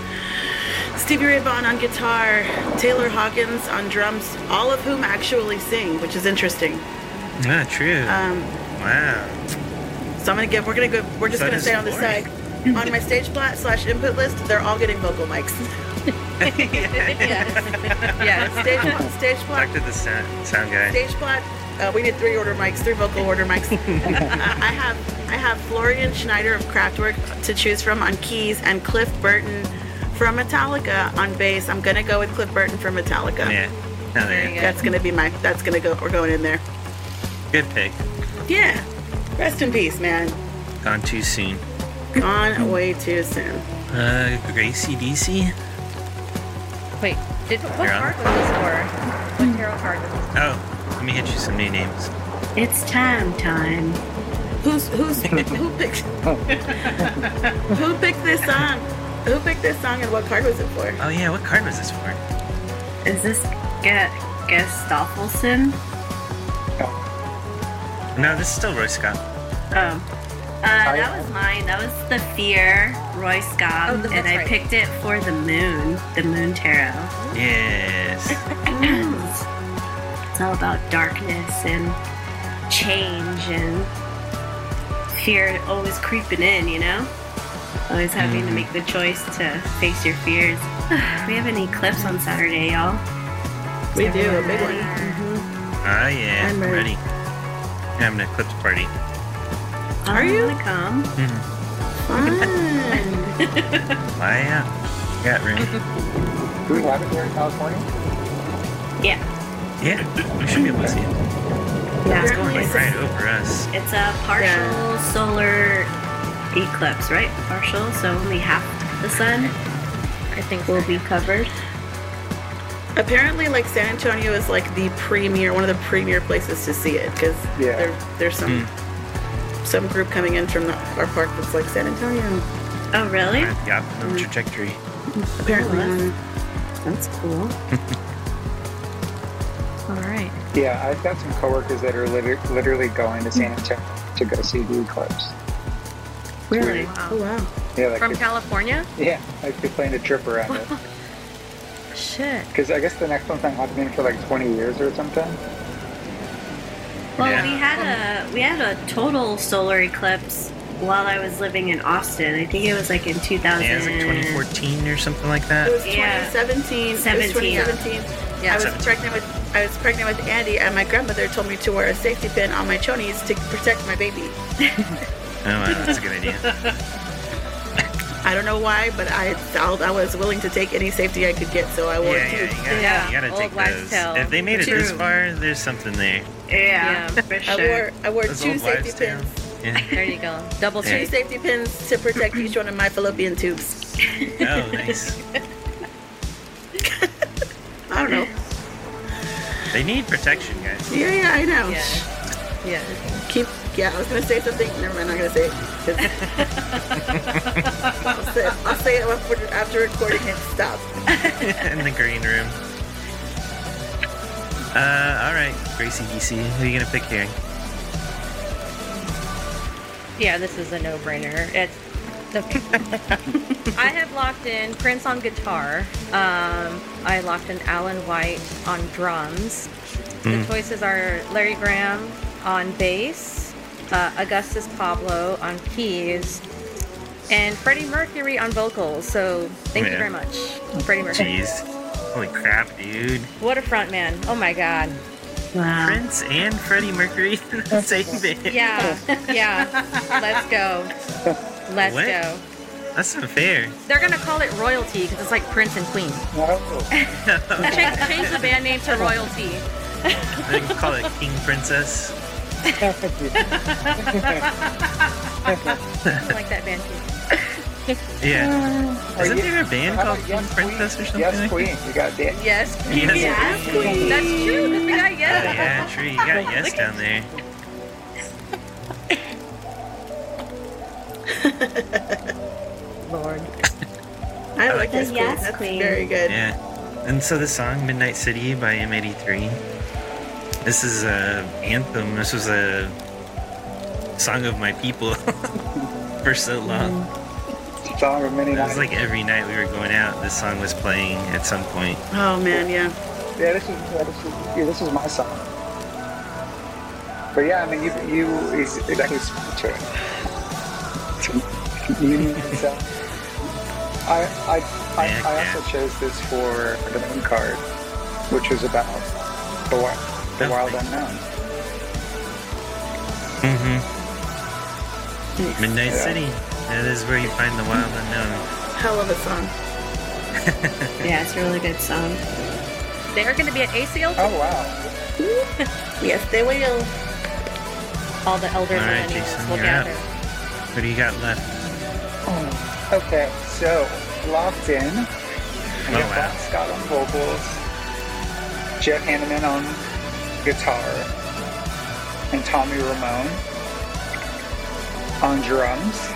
S1: Stevie Ray Vaughan on guitar, Taylor Hawkins on drums, all of whom actually sing, which is interesting.
S2: Yeah, Ah, true.
S1: Um,
S2: wow.
S1: so I'm gonna give. We're gonna go. We're just
S2: That
S1: gonna
S2: is
S1: stay on this
S2: boring.
S1: side. on my stage plot slash input list, they're all getting vocal mics.
S3: yes.
S1: Stage plot, stage plot
S2: Talk to the sound, sound guy.
S1: stage plot. Uh, we need three order mics, three vocal order mics. uh, I have I have Florian Schneider of Kraftwerk to choose from on keys, and Cliff Burton from Metallica on bass. I'm gonna go with Cliff Burton from Metallica.
S2: Yeah. No, there you go.
S1: That's gonna be my. That's gonna go. We're going in there.
S2: Good pick.
S1: Yeah. Rest in peace, man.
S2: Gone too soon.
S1: Gone way too soon.
S2: Uh, Gracie DC?
S5: Wait, did, what
S2: You're on.
S5: card was this for? What tarot card was this
S2: Oh, let me hit you some new names.
S6: It's time, time.
S1: Who's who's who picked who picked this song? Who picked this song and what card was it for?
S2: Oh, yeah, what card was this for?
S6: Is this Ge- Gustafsson?
S2: No, this is still Roy Scott.
S6: Oh. Uh, that was mine. That was the Fear Roy Scott,
S5: Oh, that's
S6: and I
S5: right.
S6: picked it for the moon, the moon tarot.
S2: Yes.
S6: it's all about darkness and change and fear always creeping in, you know? Always having
S1: Mm-hmm.
S6: to make the choice to face your fears. we have an eclipse on Saturday, y'all.
S1: We do a big
S6: Everybody- Mm-hmm.
S1: one.
S2: Oh, yeah,
S1: I'm
S2: I'm
S1: ready.
S2: ready. Having an eclipse party.
S1: Are
S6: I
S1: you?
S6: wanna come.
S1: Fun.
S2: Why, yeah. Got room.
S4: Do we have it here in California?
S6: Yeah.
S2: Yeah, we should be able to see it. It's
S6: yeah.
S2: going like right over us.
S6: It's a partial solar eclipse, right? Partial, so only half the sun
S5: I think
S6: will
S5: we'll
S6: be
S5: be.
S6: covered.
S1: Apparently, like San Antonio is like the premier, one of the premier places to see it because
S4: Yeah.
S1: there, there's some
S2: Hmm.
S1: some group coming in from the, our park that's like San Antonio.
S6: Oh, really?
S2: Right, the optimal trajectory.
S1: Apparently,
S6: that's- That's cool.
S5: All right.
S4: Yeah, I've got some coworkers that are liter- literally going to San Antonio to go see the eclipse.
S6: Really?
S1: oh wow,
S4: Yeah, like
S5: From
S4: they-
S5: California?
S4: yeah, like they planned a trip around it.
S5: Shit.
S4: Because I guess the next one's not happening for like 20 years or something.
S6: Well,
S2: Yeah.
S6: we had a we had a total solar eclipse while I was living in Austin. I think it was like in 2000.
S2: Yeah, it's like 2014 or something like
S1: it
S2: that.
S1: was
S6: Yeah.
S1: 2017. It was
S6: 17.
S1: 2017.
S5: Yeah.
S1: I was
S2: 17.
S1: pregnant with I was pregnant with Andy, and my grandmother told me to wear a safety pin on my chonies to protect my baby.
S2: Oh, wow, that's a good idea.
S1: I don't know why, but I I'll, I was willing to take any safety I could get, so I
S2: Yeah,
S1: wore
S2: yeah,
S1: two.
S2: you gotta,
S5: Yeah,
S2: you gotta
S5: old
S2: take
S5: wives'
S2: those.
S5: tale.
S2: If they made it this
S6: True.
S2: far, there's something there.
S6: Yeah,
S5: Yeah.
S6: for
S1: I
S6: sure.
S1: wore I wore
S2: Those
S1: two
S2: old
S1: safety
S2: wives' tale.
S1: pins.
S2: Yeah.
S5: There you go. Double
S2: Yeah.
S1: Two
S5: cheese.
S1: safety pins to protect each one of my fallopian tubes.
S2: Oh, nice.
S1: I don't know.
S2: They need protection, guys.
S1: Yeah, yeah, I know.
S5: Yeah. Yeah.
S1: Keep. Yeah, I was gonna say something. Never mind. I'm not gonna say it. 'Cause- I'll, say, I'll say it after, after recording it. Stop.
S2: In the green room. Uh, all right, Gracie DC, who are you gonna pick here?
S5: Yeah, this is a no-brainer. It's the I have locked in Prince on guitar. Um, I locked in Alan White on drums.
S2: Mm.
S5: The choices are Larry Graham on bass, uh, Augustus Pablo on keys, and Freddie Mercury on vocals. So thank you
S2: Yeah.
S5: very much, Freddie Mercury.
S2: Jeez, holy crap, dude!
S5: What a front man! Oh my God.
S6: Wow.
S2: Prince and Freddie Mercury in the same band.
S5: Yeah, yeah. Let's go. Let's
S2: What?
S5: go.
S2: that's unfair.
S5: They're gonna call it royalty because it's like Prince and Queen.
S4: No.
S5: change, change the band name to Royalty.
S2: They can call it King Princess.
S5: I like that band too.
S2: Yeah, isn't
S4: yeah.
S2: there a band
S4: How
S2: called
S4: about
S2: King
S4: yes,
S2: Princess or something?
S4: Yes,
S2: like
S4: Queen. You got Dan.
S5: Yes,
S2: that? Yes,
S6: Yes,
S2: Queen.
S6: queen.
S5: that's true. Cause we got
S2: Oh,
S5: yes.
S2: yeah, true. You got yes down there.
S5: Lord.
S1: I like this queen.
S6: Yes,
S1: That's
S6: queen.
S1: very good.
S2: Yeah. And so the song Midnight City by M83. This is a anthem. This was a Song of My People for so long.
S4: Song of many
S2: It was
S4: nights.
S2: like every night we were going out, this song was playing at some point.
S1: Oh man, yeah.
S4: yeah, this is yeah, this is yeah, this is my song. But yeah, I mean, you you is exactly true. You so, I I I,
S2: Yeah,
S4: I
S2: yeah.
S4: also chose this for the name card, which was about the wild the
S2: Oh,
S4: wild
S2: nice.
S4: unknown.
S2: Mm-hmm. Midnight
S4: Yeah.
S2: City. That is where you find the wild unknown.
S1: Hell of a song.
S6: Yeah, it's a really good song.
S5: They're going to be at ACL.
S4: Oh wow!
S1: Yes, they will.
S5: All the elder
S2: All right,
S5: millennials
S2: Jason,
S5: will
S2: you're up.
S5: gather.
S2: What do you got left?
S4: Okay, so locked in. Oh,
S2: Oh, wow.
S4: Scott on vocals, Jeff Hanneman on guitar, and Tommy Ramone on drums.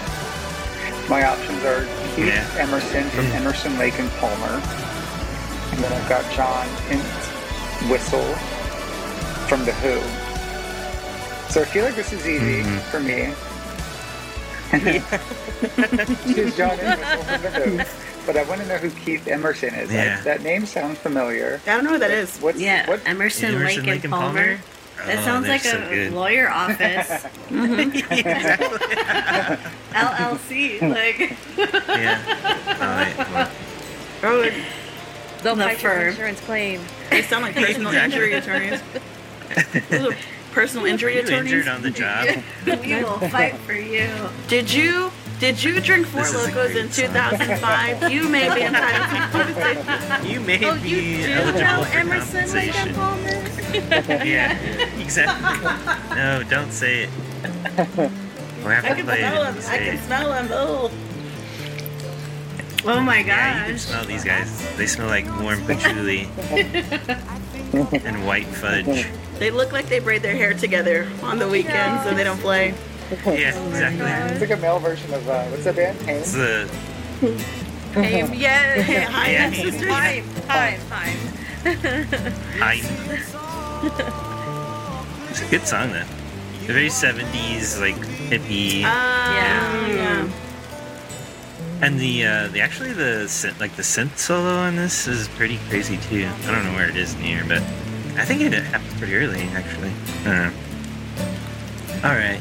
S4: My options are Keith
S2: Yeah.
S4: Emerson from
S2: Mm.
S4: Emerson Lake and Palmer, and then I've got John Hint Whistle from The Who. So I feel like this is easy
S2: Mhm.
S4: for me. Choose John Emerson from The Who. But I want to know who Keith Emerson is.
S2: Yeah.
S4: Like, that name sounds familiar.
S1: I don't know what that is.
S4: What's,
S6: Yeah,
S4: What,
S6: Emerson,
S2: Emerson,
S6: Lake,
S2: Lake,
S6: and
S2: and
S6: Palmer.
S2: Palmer?
S6: That
S2: Oh,
S6: sounds
S2: they're
S6: like
S2: so
S6: a
S2: good.
S6: lawyer office,
S2: exactly.
S6: LLC, like
S2: yeah. All right. Well,
S1: Oh,
S5: They'll
S6: The
S5: fight your
S6: firm.
S5: insurance claim.
S1: they sound like personal injury attorneys. Those are personal injury
S2: you
S1: attorneys.
S2: injured on the job.
S6: we will fight for you.
S1: Did you did you drink Four
S2: This is a
S1: Locos in
S2: great song.
S1: 2005? you may be entitled to compensation.
S2: You may
S3: Oh,
S2: be
S3: you do
S2: eligible
S3: know
S2: for
S3: Emerson Lake
S2: compensation.
S3: and Palmer?
S2: yeah, exactly. No, don't say it. We have
S1: I
S2: to
S1: can
S2: play it.
S1: smell them.
S2: and
S1: I
S2: say
S1: can
S2: it.
S1: smell them. Oh,
S6: Oh my
S2: Yeah, you can
S6: gosh.
S2: smell these guys. They smell like warm patchouli and white fudge.
S1: they look like they braid their hair together on the weekend so they don't play.
S2: Yeah, exactly.
S4: it's like a male version of, uh, what's that band? Pain?
S2: It's the
S5: Aim,
S1: Hey,
S5: yes.
S1: hi,
S2: Yeah.
S1: sisters.
S5: Time, time, time.
S2: I. It's a good song though. The very 70s, like hippie,
S3: Um,
S1: Ah, yeah.
S2: and the uh, the actually the synth, like the synth solo on this is pretty crazy too. I don't know where it is in here, but I think it happens pretty early actually. I don't know. All right.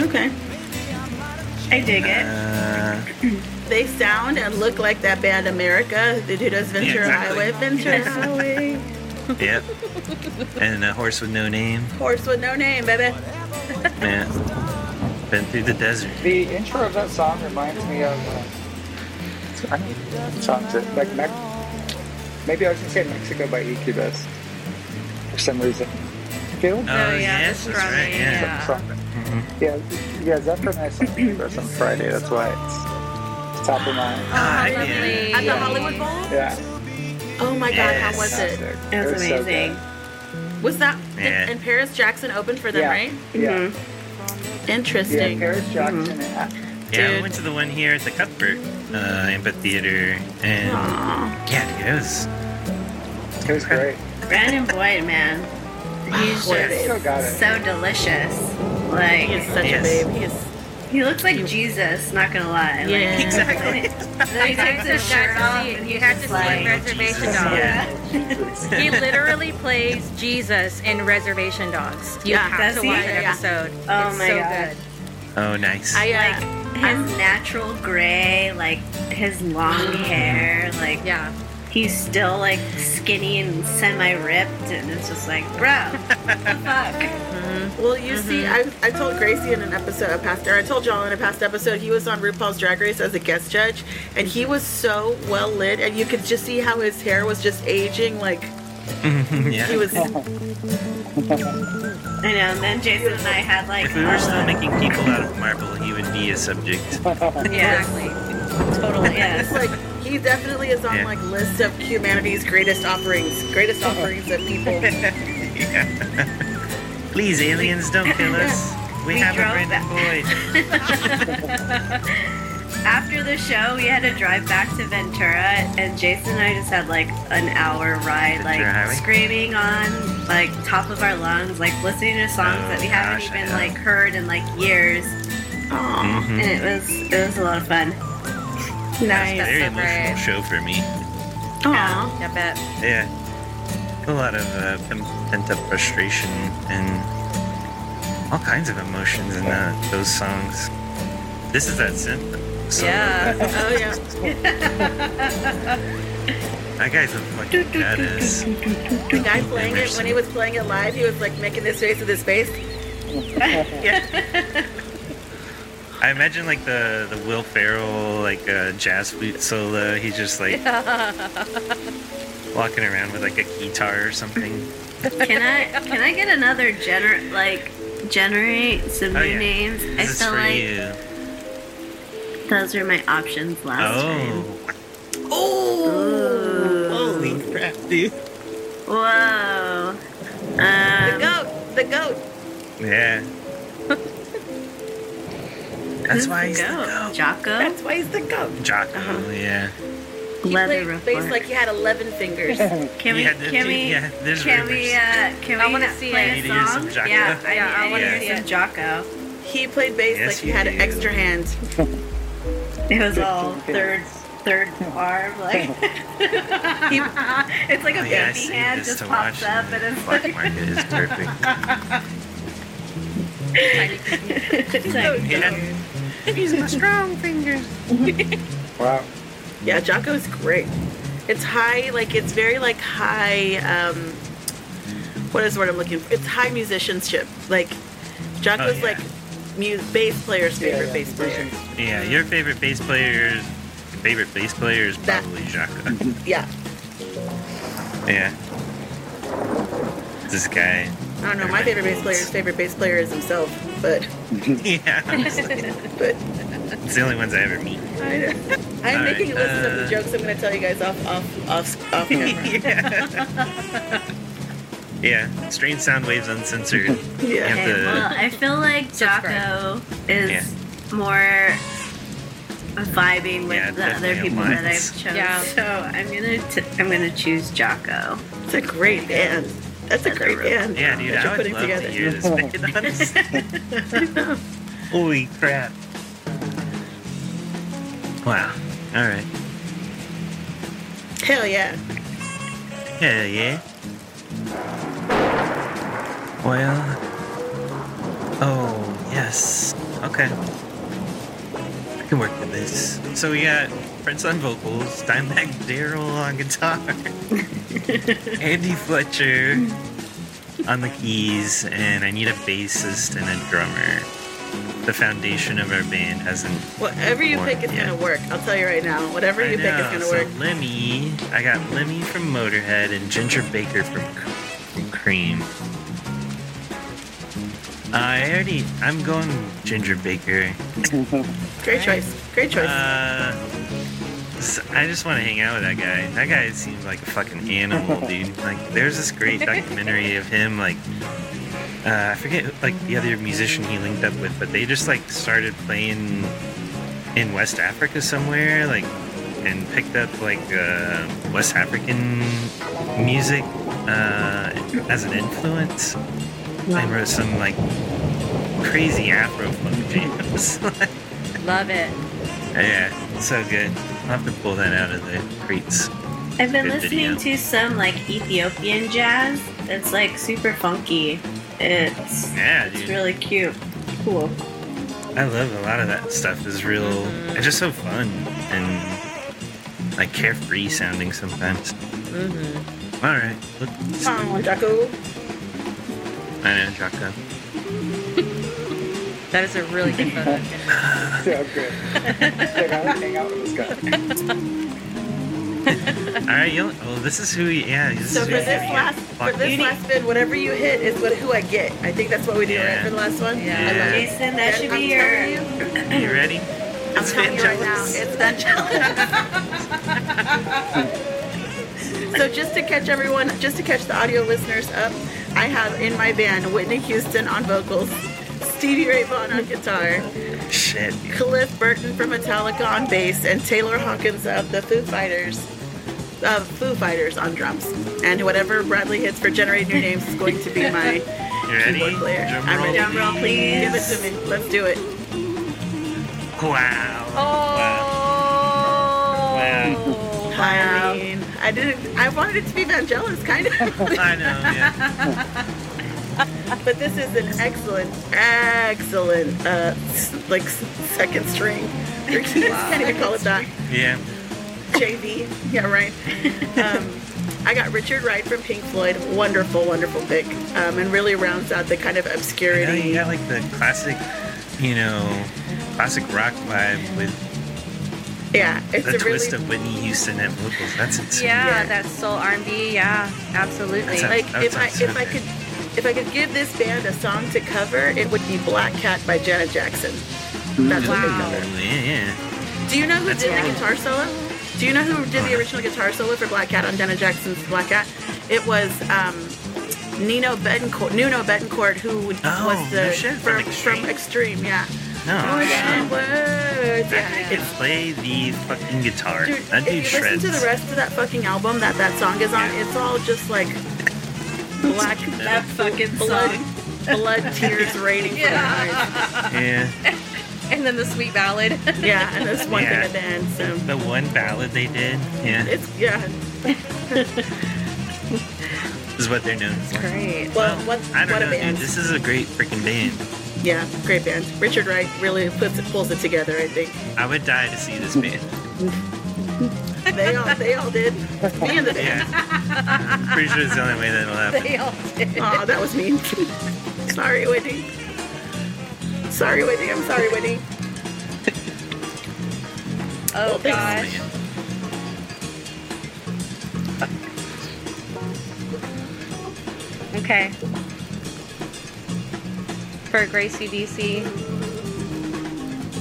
S1: Okay.
S6: I dig it.
S2: Uh,
S1: They sound and look like that band America. They do those Ventura
S2: exactly.
S1: Highway, Ventura Highway.
S2: yep. And a horse with no name.
S1: Horse with no name, baby.
S2: Man, been through the desert.
S4: The intro of that song reminds me of. Uh, I don't know what songs it like. Mex- maybe I was gonna say Mexico by Incubus for some reason. Feel?
S2: Oh,
S3: yeah,
S2: yes,
S3: the
S2: that's right.
S3: strumming,
S2: Yeah.
S3: yeah.
S4: Something. Yeah, yeah. Zephyr and I saw Incubus on Friday. That's why it's, it's top of mind.
S3: Oh,
S2: Ah, yeah.
S5: Lovely.
S1: At the Hollywood Bowl?
S4: Yeah,
S1: Oh my God,
S2: Yes.
S1: how was it?
S4: fantastic.
S6: It was
S4: so
S6: amazing.
S1: Was, that
S2: Yeah.
S1: and Paris Jackson opened for
S4: good.
S1: them,
S4: yeah.
S1: right?
S4: Yeah. Yeah.
S1: Interesting.
S4: Paris Jackson. and-
S2: Yeah,
S1: Dude.
S2: we went to the one here at the Cuthbert uh, Amphitheater, and
S1: Aw.
S2: yeah, dude, it was
S4: It was great.
S6: Brandon Boyd, man. He's
S1: Boyd.
S6: just
S4: Still got it.
S6: so delicious.
S1: He is
S6: Like,
S1: such
S2: Yes.
S1: a babe. He is.
S6: he looks like Jesus, not gonna lie.
S1: Yeah.
S6: Like,
S2: exactly.
S6: he takes his shirt off and
S5: You
S6: he's
S5: have to
S6: just
S5: see
S6: like,
S5: Reservation
S2: Oh, Jesus.
S5: Dogs.
S2: Yeah.
S5: He literally plays Jesus in Reservation Dogs. You
S1: Yeah.
S5: have
S6: Does
S5: to
S6: he?
S5: watch
S1: Yeah.
S5: the episode.
S6: Oh
S5: it's
S6: my
S5: so
S6: God.
S5: good.
S2: Oh, nice.
S1: I uh,
S6: like
S1: I'm-
S6: his natural gray, like his long hair, like
S5: Yeah.
S6: he's still like skinny and semi-ripped, and it's just like, bro, the fuck.
S1: Well, you see, I, I told Gracie in an episode, a past, or I told y'all in a past episode, he was on RuPaul's Drag Race as a guest judge, and he was so well lit, and you could just see how his hair was just aging. Like
S2: yeah.
S1: he was,
S6: I know. And then Jason and I had like,
S2: if we were still making people out of marble, he would be a subject.
S6: yeah,
S5: Exactly.
S6: totally, yeah.
S1: like he definitely is on
S2: Yeah.
S1: like list of humanity's greatest offerings, greatest offerings of people.
S2: Please, aliens, don't kill us. We,
S6: We
S2: have a
S6: drove
S2: Brandon Boyd.
S6: after the show, we had to drive back to Ventura, and Jason and I just had like an hour ride, like
S2: Ventura Highway?
S6: screaming on like top of our lungs, like listening to songs
S2: Oh,
S6: that we haven't
S2: gosh, I
S6: even
S2: know.
S6: like heard in like years. Aw,
S2: Mhm.
S6: And it was it was a lot of fun.
S2: That's a
S5: That's
S2: very
S5: so
S2: emotional
S5: great.
S2: show for me.
S1: Oh,
S6: Aw.
S5: I bet.
S2: Yeah. A lot of uh, pent up frustration and all kinds of emotions in uh, those songs. This is that synth. song.
S5: Yeah.
S1: Oh yeah.
S2: That guy's a fucking badass.
S1: The guy playing it when he was playing it live, he was like making this face with his face.
S2: I imagine like the, the Will Ferrell like uh, jazz flute solo. He's just like walking around with like a guitar or something.
S6: Can I can I get another gener like generate some
S2: Oh,
S6: new
S2: yeah.
S6: names? I
S2: This is
S6: feel
S2: for
S6: like
S2: you.
S6: those were my options last time.
S2: Oh,
S1: Holy crap, dude.
S6: Whoa.
S1: The
S6: Um,
S1: goat. The goat.
S2: yeah. That's
S6: who's
S2: why he's the goat.
S6: Jocko?
S1: That's why he's the goat.
S6: Uh-huh.
S2: Jocko, yeah.
S1: He
S6: Leather
S1: played
S6: report.
S1: bass like he had 11 fingers.
S6: Can we,
S2: yeah, the-
S6: can we,
S2: yeah, there's
S6: can
S2: rumors.
S6: we, uh, can
S5: I
S6: we
S5: wanna see
S6: play
S5: it.
S6: a
S2: Need to hear
S6: song?
S2: some Jocko.
S6: Yeah, I,
S5: Yeah, I
S6: I want to
S2: wanna
S6: hear
S5: see
S6: some Jocko.
S1: He played bass
S2: Yes,
S1: like he
S2: you
S1: had
S2: do.
S1: an extra hand.
S6: It was all third, third arm, like. it's like a
S2: Oh,
S6: baby
S2: yeah, I saved
S6: hand
S2: this
S6: just
S2: to
S6: pops
S2: watch.
S6: up and it's like,
S2: Black market is perfect.
S6: it's like
S2: yeah.
S4: Wow.
S1: Yeah, Jocko's great. It's high, like it's very like high. Um, what is the word I'm looking for? It's high musicianship. Like Jocko's
S2: Oh, yeah.
S1: like mu- bass player's favorite
S4: yeah,
S1: bass player.
S2: yeah, your favorite bass player is favorite bass player is
S1: That-
S2: probably Jocko.
S1: Yeah,
S2: yeah. This guy.
S1: I don't know. My favorite bass player's favorite bass player is himself, but
S2: yeah, honestly.
S1: but
S2: It's the only ones I ever meet.
S1: I, I'm
S2: All
S1: making a
S2: right,
S1: list of
S2: uh,
S1: the jokes I'm going to tell you guys off off off off camera.
S2: yeah. yeah. Strange sound waves uncensored.
S1: yeah.
S2: Yeah.
S6: Okay,
S2: the-
S6: well, I feel like Jocko is more vibing with
S2: Yeah,
S6: the other
S2: definitely
S6: people that
S2: aligns.
S6: I've chosen.
S5: Yeah.
S6: So I'm gonna t- I'm gonna choose Jocko.
S1: It's a great band. That's a great band.
S2: Yeah, dude,
S1: that you're
S2: I would
S1: putting
S2: love
S1: together.
S2: to hear this band, honestly. Holy crap. Wow. All right.
S1: Hell yeah.
S2: Hell yeah. Well. Oh, yes. Okay. I can work with this. So we got Prince on vocals, Dimebag Daryl on guitar, Andy Fletcher on the keys, and I need a bassist and a drummer. The foundation of our band hasn't.
S1: Whatever you
S2: One,
S1: pick is
S2: yeah.
S1: gonna work. I'll tell you right now. Whatever
S2: I
S1: you pick is
S2: know,
S1: gonna
S2: so
S1: work.
S2: Lemmy, I got Lemmy from Motorhead and Ginger Baker from, from Cream. I already, I'm going Ginger Baker.
S1: Great choice. Great choice.
S2: Uh, s- I just want to hang out with that guy. That guy seems like a fucking animal, dude. Like, there's this great documentary of him, like, uh, I forget, who- like, the other musician he linked up with, but they just, like, started playing in West Africa somewhere, like, and picked up, like, uh, West African music uh, as an influence. And wrote some, like, crazy Afro funk jams.
S5: Love it.
S2: Yeah, so good. I'll have to pull that out of the crates.
S6: I've been
S2: Good
S6: listening to some like Ethiopian jazz. It's like super funky. It's
S2: Yeah,
S6: it's
S2: dude.
S6: really cute. Cool.
S2: I love a lot of that stuff. It's real.
S1: Mm-hmm.
S2: It's just so fun and like carefree sounding sometimes. Mm-hmm. All right. Look,
S1: Oh, Jocko.
S2: I know, Jocko.
S5: That is a really good photo.
S4: So good. I gotta hang out with this guy.
S2: All right, you. Oh, this is who. we- Yeah. This
S1: So
S2: is
S1: for
S2: who we
S1: this
S2: have.
S1: last for
S2: Fuck.
S1: this last bid, whatever you hit is what who I get. I think that's what we do
S2: Yeah.
S1: right for the last one.
S5: Yeah.
S1: I love it.
S6: Jason, that should
S1: I'm
S6: be
S1: telling
S6: your.
S1: you,
S2: You ready?
S1: I'm telling you right now,
S2: Vangelis.
S1: it's Vangelis. so just to catch everyone, just to catch the audio listeners up, I have in my band Whitney Houston on vocals, Stevie Ray Vaughan on guitar,
S2: shit. dude.
S1: Cliff Burton from Metallica on bass and Taylor Hawkins of the Foo Fighters of Foo Fighters on drums. And whatever Bradley hits for Generate New Names is going to be my
S2: You ready?
S1: keyboard player.
S2: Drum
S1: I'm
S2: roll,
S1: ready.
S6: Drum roll, please.
S1: Give it to me. Let's do it.
S2: Wow. Wow.
S3: Oh.
S2: Wow.
S1: I mean, Um, I didn't. I wanted it to be Vangelis, kind of.
S2: I know, yeah.
S1: but this is an excellent, excellent, uh, s- like s- second string. Your keys can't even call it that.
S2: Yeah.
S1: JV. Yeah, right. Um, I got Richard Wright from Pink Floyd. Wonderful, wonderful pick. Um, and really rounds out the kind of
S2: You, know, you
S1: obscurity.
S2: got like the classic, you know, classic rock vibe with
S1: Yeah, it's
S2: the
S1: a really
S2: twist of Whitney Houston and vocals. That's insane.
S3: Yeah,
S1: Yeah.
S3: that's soul R&B. Yeah, absolutely.
S2: That's a-
S1: like
S2: That
S1: if I
S2: sounds
S1: if I
S2: so
S1: could if I could give this band a song to cover, it would be Black Cat by Janet Jackson. That's what they
S3: Wow.
S1: cover.
S2: Yeah.
S1: Do you know who
S2: That's
S1: did
S2: cool.
S1: the guitar solo? Do you know who did the original guitar solo for Black Cat on Janet Jackson's Black Cat? It was um, Nino Betancourt, Nuno Betancourt, who
S2: Oh,
S1: was the
S2: no shit, from
S1: from,
S2: Extreme?
S1: from Extreme, Oh, yeah.
S2: No.
S1: Million words.
S2: That
S1: Yeah.
S2: guy can play the fucking guitar.
S1: Dude,
S2: that dude
S1: if you
S2: shreds.
S1: listen to the rest of that fucking album that that song is on,
S2: Yeah.
S1: it's all just like black
S6: That fucking
S1: blood,
S6: song.
S1: blood tears raining from
S2: yeah.
S5: And then the sweet ballad.
S1: their eyes. Yeah, and that's one
S2: Yeah.
S1: thing at the end. So
S2: The one ballad they did, yeah,
S1: it's yeah.
S2: is what they're known for.
S5: Great.
S1: Well, what
S2: I don't
S1: what
S2: know,
S1: a band.
S2: dude. This is a great freaking band.
S1: Yeah, great band. Richard Wright really puts it, pulls it together. I think
S2: I would die to see this band.
S1: they all they all did. Me and the
S2: Yeah.
S1: band.
S2: I'm pretty sure it's the only way that'll happen.
S5: They all did.
S1: Aw, that was mean. sorry, Whitney. Sorry, Whitney. I'm sorry, Whitney.
S5: Oh,
S1: thanks.
S5: gosh.
S3: okay.
S5: For Gracie DC,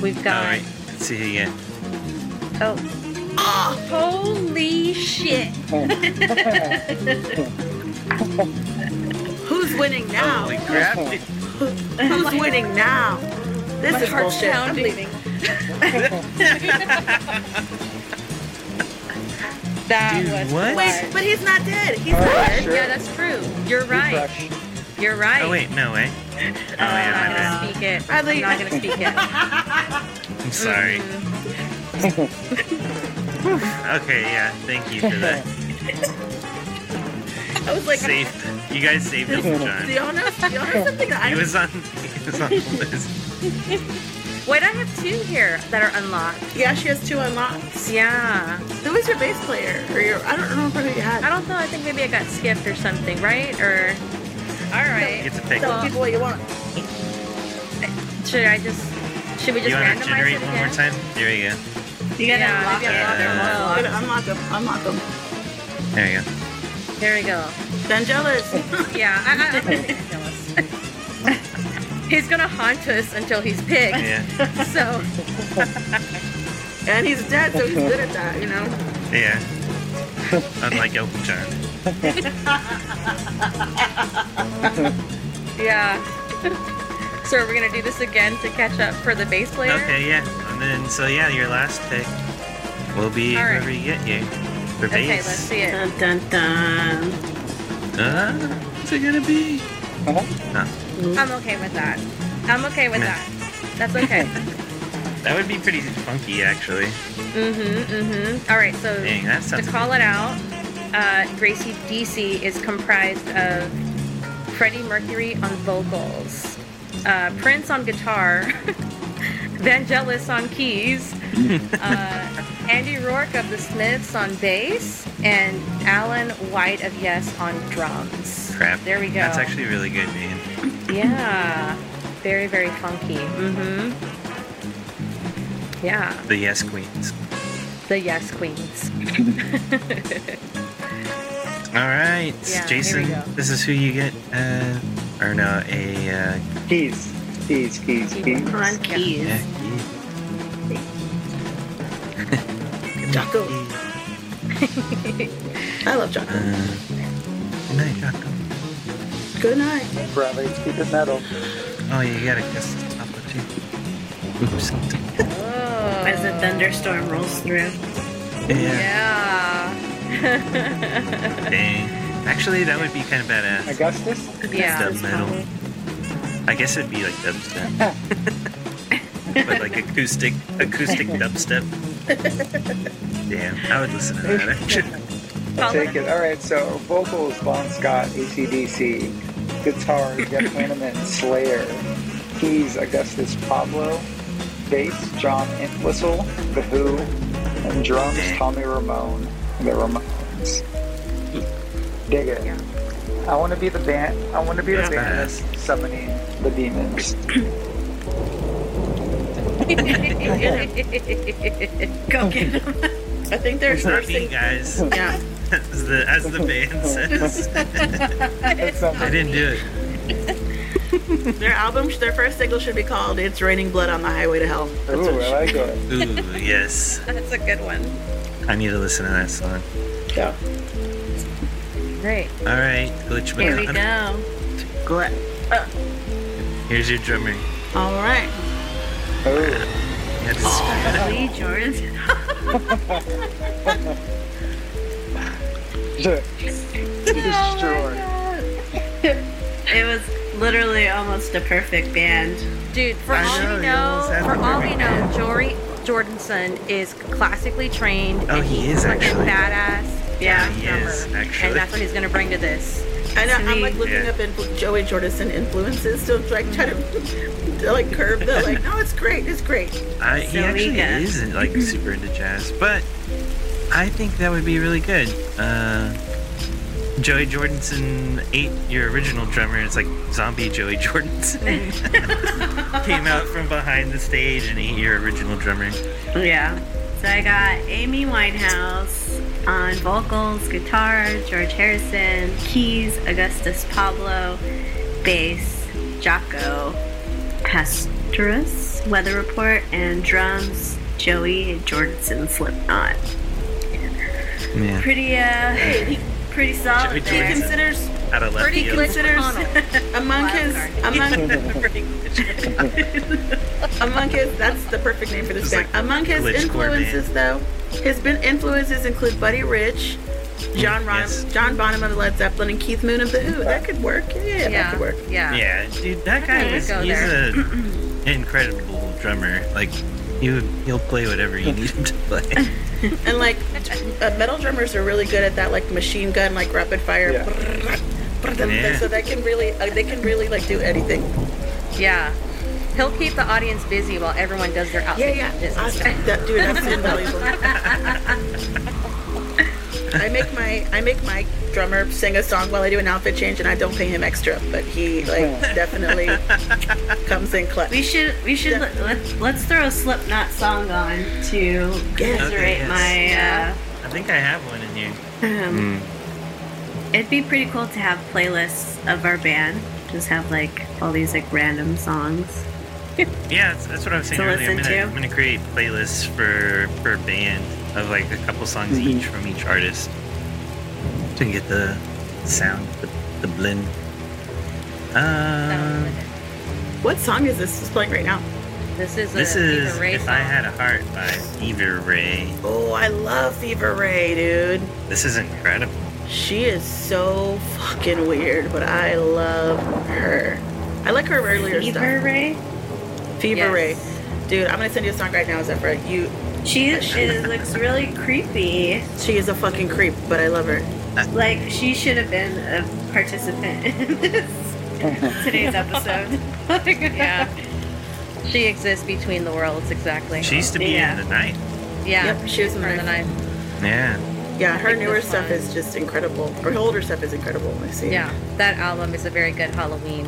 S5: we've
S2: All
S5: got.
S2: right. Let's see who you get.
S5: Oh,
S3: Holy shit.
S1: Who's winning now?
S2: Holy crap. dude.
S1: Who's winning now? This is bullshit. I'm leaving.
S5: that
S2: Dude,
S5: was.
S2: what?
S1: Wait, but he's not dead. He's
S4: All
S1: not
S4: right,
S1: dead.
S4: sure.
S3: Yeah, that's true.
S5: You're right.
S4: Refresh.
S5: You're right.
S2: Oh, wait. No way. Oh,
S1: Uh,
S5: I'm not
S2: yeah,
S5: gonna speak it. I'm
S1: Bradley-
S5: not gonna speak it.
S2: my bad. I'm sorry. okay, yeah. Thank you for that.
S1: I was like,
S2: Saved. You guys saved us,
S1: do
S2: John.
S1: y'all know, do y'all know something that
S2: He
S1: I...
S2: was on, he was on the list.
S3: Wait, I have two here that are unlocked.
S1: Yeah, she has two unlocks.
S3: Yeah.
S1: Who is your bass player? Or your... I don't remember who you
S3: I
S1: had.
S3: don't know. I think maybe I got skipped or something, right? Or all
S2: You
S3: right.
S2: get to pick.
S1: Tell people what you want.
S3: Should I just? Should we just
S2: You want to
S3: randomize
S2: generate
S3: it
S2: one more
S3: again?
S2: time? There you go.
S6: You gotta
S3: Yeah,
S6: unlock
S3: maybe
S6: it.
S2: unlock
S1: I'm gonna unlock them. Unlock them.
S2: There you go.
S3: There we go.
S1: Vangelis.
S3: Yeah. I, I, I think it's jealous.
S5: He's gonna haunt us until he's picked.
S2: Yeah.
S5: So
S1: and he's dead, so he's good at that, you know?
S2: Yeah. Unlike Elton John.
S5: yeah. So we're gonna do this again to catch up for the bass player.
S2: Okay, yeah. And then, so yeah, your last pick will be
S5: All right.
S2: whoever you get here. For
S5: Okay,
S2: base.
S5: let's see it.
S6: Dun dun dun.
S2: Uh, what's it gonna be?
S4: Uh-huh.
S5: I'm okay with that. I'm okay with
S2: Meh.
S5: that. That's okay.
S2: That would be pretty funky, actually.
S5: mhm, mhm. All right, so
S2: Dang, that
S5: to
S2: sounds.
S5: call it out, uh, Gracie DC is comprised of Freddie Mercury on vocals, uh, Prince on guitar, Vangelis on keys, uh, Andy Rourke of the Smiths on bass, and Alan White of Yes on drums.
S2: Crap.
S5: There we go.
S2: That's actually really good, man.
S5: yeah, very very funky. Mm-hmm. Yeah.
S2: The Yes Queens.
S5: The Yes Queens.
S2: All right,
S5: here we
S2: Jason.
S5: go.
S2: This is who you get. Uh, or no, a uh,
S4: Keys. Keys, keys, keys.
S6: Come on, keys.
S2: yeah,
S1: Jocko.
S2: yeah.
S1: I love Jocko.
S2: Uh, good night, Jocko.
S1: Good night.
S4: Bradley, keep it metal.
S2: Oh, you gotta guess the top of two. Oops.
S3: Oh.
S6: as the thunderstorm rolls through.
S2: Yeah.
S3: Yeah.
S2: Dang. Actually, that would be kind of badass.
S4: Augustus?
S3: yeah.
S2: Dub metal. I guess it'd be like dubstep. but like acoustic, acoustic dubstep. Damn, I would listen to that actually.
S4: I'll take it. All right, so vocals, Bon Scott, ACDC. Guitar, Jeff Hanneman, Slayer. Keys, Augustus Pablo. Bass, John Entwistle, The Who. And drums, Tommy Ramone, The Ramones. Dig it. I want to be the band. I want to be
S2: That's
S4: the band that's
S2: badass.
S4: summoning the demons.
S6: Go get him.
S1: I think they're
S2: It's not me,
S1: nursing.
S2: guys.
S1: Yeah.
S2: As the, as the band says,
S4: It's not
S2: I didn't do it.
S1: Their album, their first single should be called "It's Raining Blood on the Highway to Hell." That's
S4: Ooh,
S1: what it
S4: I like it.
S2: Ooh, yes.
S3: That's a good one.
S2: I need to listen to that song.
S1: should- yeah.
S5: Great.
S2: All right, Glitch
S6: Here we
S2: McConnell.
S6: go.
S2: Here's your drummer.
S1: All right.
S4: Oh,
S2: Yes.
S6: Lee Jordan.
S4: to destroy.
S6: It was literally almost a perfect band.
S5: Dude, for
S2: I
S5: all
S2: know,
S5: we
S2: you almost
S5: know,
S2: had
S5: for
S2: the
S5: all we
S2: perfect
S5: know,
S2: band.
S5: Jory Jordanson is classically trained.
S2: Oh,
S5: and
S2: he
S5: he's
S2: is,
S5: fucking
S2: actually.
S5: badass.
S6: Yeah,
S5: jazz
S2: he is,
S5: drummer,
S2: actually.
S5: And that's what he's gonna bring to this.
S1: I know. I'm like
S6: Sweet.
S1: looking
S2: Yeah.
S1: up in Joey Jordison influences to like try to, to like curb the like. No, it's great. It's great.
S2: I, he
S6: So
S2: actually
S6: Mika.
S2: isn't like super into jazz, but I think that would be really good. Uh, Joey Jordanson ate your original drummer. It's like zombie Joey Jordanson came out from behind the stage and ate your original drummer.
S6: Yeah. So I got Amy Winehouse on vocals, guitar, George Harrison, keys, Augustus Pablo, bass, Jocko, Pastorus, Weather Report, and drums, Joey Jordanson Slipknot.
S2: Yeah,
S6: Pretty, uh, pretty
S2: Joey
S6: solid.
S1: He
S2: Yes.
S6: There.
S2: Jordanson.
S1: considers
S2: out of left
S5: Pretty
S2: field.
S5: glitch
S1: Considers-
S5: McConnell.
S1: among his among among his that's the perfect name for this
S2: It's
S1: band.
S2: like
S1: among his
S2: glitchcore band.
S1: influences, though, his been influences include Buddy Rich, John Ron-
S2: Mm, yes.
S1: John Bonham of Led Zeppelin, and Keith Moon of the Who. That could work. Yeah, that
S5: Yeah.
S1: could work.
S5: Yeah.
S2: Yeah, dude, that
S5: I
S2: guy
S5: would
S2: was
S5: go
S2: he's
S5: there.
S2: an incredible drummer. Like he would, he'll play whatever you need him to play.
S1: And like uh, metal drummers are really good at that, like machine gun, like rapid fire.
S4: Yeah.
S2: Yeah.
S1: So they can really, uh, they can really like do anything.
S5: Yeah. He'll keep the audience busy while everyone does their outfit. business.
S1: Awesome. That dude, that's invaluable. I make my I make my drummer sing a song while I do an outfit change, and I don't pay him extra, but he like definitely comes in clutch.
S6: We should we should let, let's, let's throw a Slipknot song on to commiserate
S2: yes.
S6: my. Uh,
S2: I think I have one in here.
S6: Um, uh, It'd be pretty cool to have playlists of our band. Just have like all these like random songs.
S2: Yeah, that's, that's what I was saying
S6: To
S2: earlier. I'm
S6: listen
S2: gonna,
S6: to.
S2: I'm gonna create playlists for for a band of like a couple songs
S4: Mhm.
S2: each from each artist to get the sound, the, the blend. Um,
S1: What song is this? Is playing right now?
S5: This is a
S2: this
S5: Eva
S2: is
S5: Ray
S2: "If
S5: song.
S2: I Had a Heart" by Fever Ray.
S1: Oh, I love Fever Ray, dude.
S2: This is incredible.
S1: She is so fucking weird, but I love her. I like her earlier
S6: Fever
S1: stuff.
S6: Ray.
S1: Fever
S5: Yes.
S1: Ray, dude. I'm gonna send you a song right now, Zephyr. You,
S6: She is, looks really creepy.
S1: she is a fucking creep, but I love her.
S6: Like she should have been a participant in this today's episode.
S5: yeah. She exists between the worlds, exactly.
S2: She used to be
S6: Yeah.
S2: in the night.
S5: yeah.
S1: Yep, she was in
S5: Her
S1: the
S5: and I-
S2: Yeah,
S1: Yeah, her
S5: think
S1: newer
S5: that's
S1: stuff
S5: fine.
S1: is just incredible. Her older stuff is incredible. I see.
S5: Yeah. That album is a very good Halloween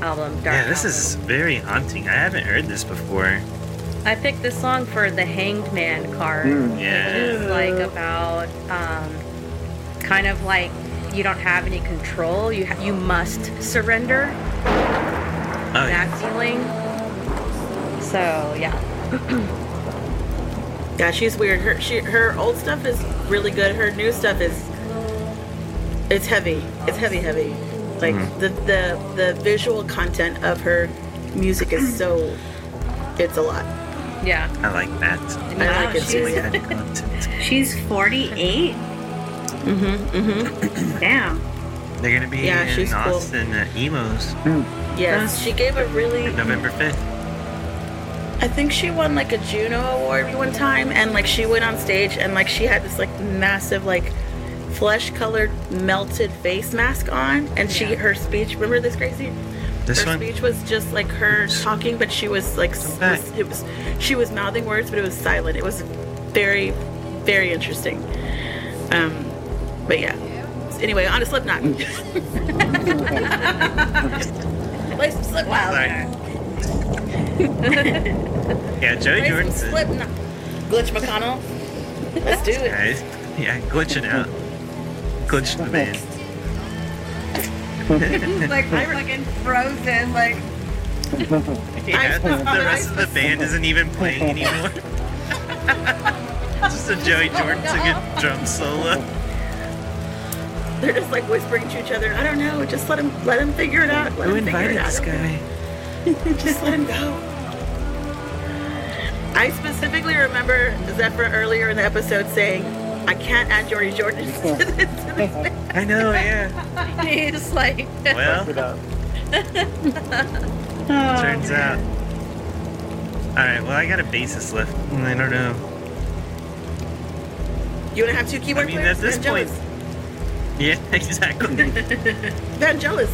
S5: album. Dark
S2: yeah. This
S5: album.
S2: is very haunting. I haven't heard this before.
S5: I picked this song for the Hanged Man card,
S4: Mm.
S5: which
S2: Yeah,
S5: is like about um, kind of like you don't have any control. You ha- you must surrender.
S2: oh, yeah.
S5: That feeling. So yeah,
S1: Yeah, she's weird. Her she her old stuff is really good. Her new stuff is it's heavy. It's heavy, heavy. Like the the the visual content of her music is so it's a lot.
S5: Yeah.
S2: I like that.
S1: I
S6: Wow,
S1: like it
S2: It's
S1: too.
S6: she's-
S2: like that content.
S6: She's 48?
S1: Mm-hmm, hmm
S6: Damn.
S2: They're gonna be
S1: Yeah,
S2: in
S1: she's cool.
S2: Austin at Emos
S1: Yes, Uh, she gave a really.
S2: November fifth.
S1: I think she won like a Juno Award one time, and like she went on stage and like she had this like massive like flesh-colored melted face mask on, and she her speech. Remember this, Gracie?
S2: This
S1: her
S2: one.
S1: speech was just like her talking, but she was like s-
S2: back.
S1: was- it was she was mouthing words, but it was silent. It was very, very interesting. Um, but yeah. Anyway, on a Slipknot. Play some Slipknot.
S6: Wow.
S2: Sorry. yeah,
S1: Play
S2: Joey
S1: some
S2: Jordan's in.
S1: Slipknot. Glitch McConnell. Let's do it.
S2: Guys, yeah, glitching out. Glitch the man.
S5: like fucking frozen. Like
S2: Yeah, the,
S1: I-
S2: the rest of the band isn't even playing anymore. Just a Joey Jordan took a drum solo.
S1: They're just like whispering to each other. I don't know. Just let him let him figure it out. Let
S2: Who
S1: him figure
S2: invited
S1: it out.
S2: this guy?
S1: Just let him go. I specifically remember Zephyr earlier in the episode saying, I can't add Jordy Jordan to this. to this thing."
S2: I know, yeah.
S5: he's like
S2: Well,
S4: It up.
S2: turns out. Alright, well, I got a basis left. and I don't know.
S1: You want to have two
S2: I
S1: keyboard
S2: mean,
S1: players?
S2: at this
S1: Vangelis.
S2: point. Yeah, exactly.
S1: Vangelis.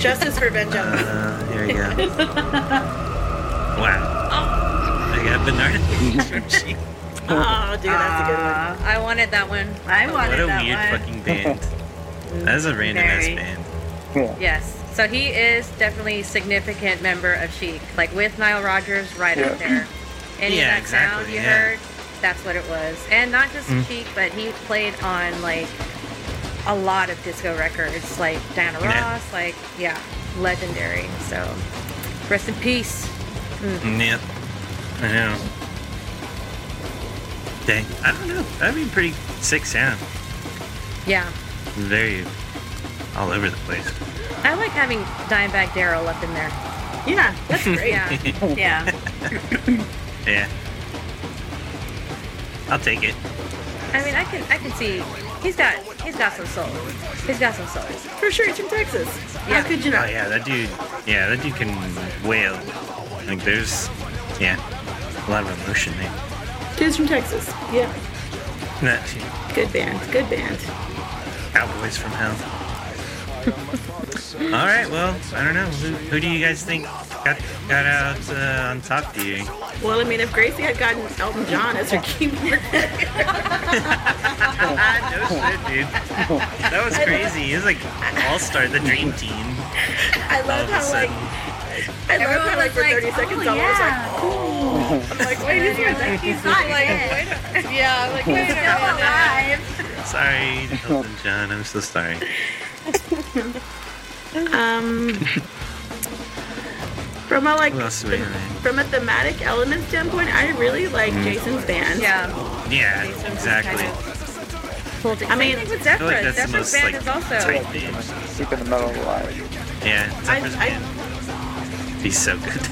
S1: Justice for Vangelis.
S2: Uh, here we go. Wow. I
S6: Oh.
S2: got Bernard.
S1: oh, dude, that's a good one.
S6: Uh,
S5: I wanted that one.
S6: I
S2: Ah. What
S6: wanted
S2: a
S6: that
S2: weird
S6: one.
S2: fucking band. That is a random ass
S6: Very.
S2: band.
S4: Yeah.
S5: Yes. So he is definitely a significant member of Chic. Like with Nile Rodgers right
S4: Yeah.
S5: up there. Any
S2: Yeah,
S5: of that sound
S2: exactly,
S5: you
S2: yeah.
S5: heard, that's what it was. And not just
S2: Mm.
S5: Chic, but he played on like a lot of disco records, like Diana
S2: Yeah.
S5: Ross, like yeah, legendary. So rest in peace.
S2: Yep. I know. Dang. I don't know. That'd be pretty sick sound.
S5: Yeah.
S2: Very all over the place.
S5: I like having Dimebag Daryl up in there.
S2: Uh.
S1: Yeah, that's great.
S5: Yeah.
S6: Yeah.
S2: Yeah. I'll take it.
S5: I mean I can I can see he's got he's got some soul. He's got some soul.
S1: For sure, it's from Texas.
S5: Yeah.
S1: How could you
S2: Oh
S1: not?
S2: yeah, that dude. Yeah, that dude can wail. Like there's, yeah, a lot of emotion there.
S1: Dude's from Texas. Yeah.
S2: That too.
S1: Good band. Good band.
S2: Cowboys from Hell. All right, well, I don't know. Who, who do you guys think got got out uh, on top? Do you?
S1: Well, I mean, if Gracie had gotten Elton John as her keyboard
S2: Ah, no shit, dude. That was crazy. It was like all star, the dream team.
S1: I
S2: All
S1: love
S2: of a
S1: how like
S2: sudden,
S1: I love
S6: Everyone
S1: how like
S6: was
S1: for 30
S6: like,
S1: seconds
S6: "Oh,
S1: I was like, I'm like, wait a
S6: You're
S1: minute.
S6: like, he's not dead.
S5: Yeah, I'm like wait a
S6: Still alive.
S2: sorry, Elton John. I'm so sorry.
S1: Um, from a like
S2: Who else do we have?
S1: from a thematic element standpoint, I really like
S2: Mm.
S1: Jason's band.
S5: Yeah.
S2: Yeah, exactly. I
S1: I mean,
S5: Same thing with Zephyr.
S2: feel like that's the
S5: Zephyr's
S2: most
S5: band
S2: like
S5: is also
S2: tight band.
S4: Keeping the metal alive.
S2: Yeah,
S1: I-
S2: Zephyr's
S1: I-
S2: band. Be so good.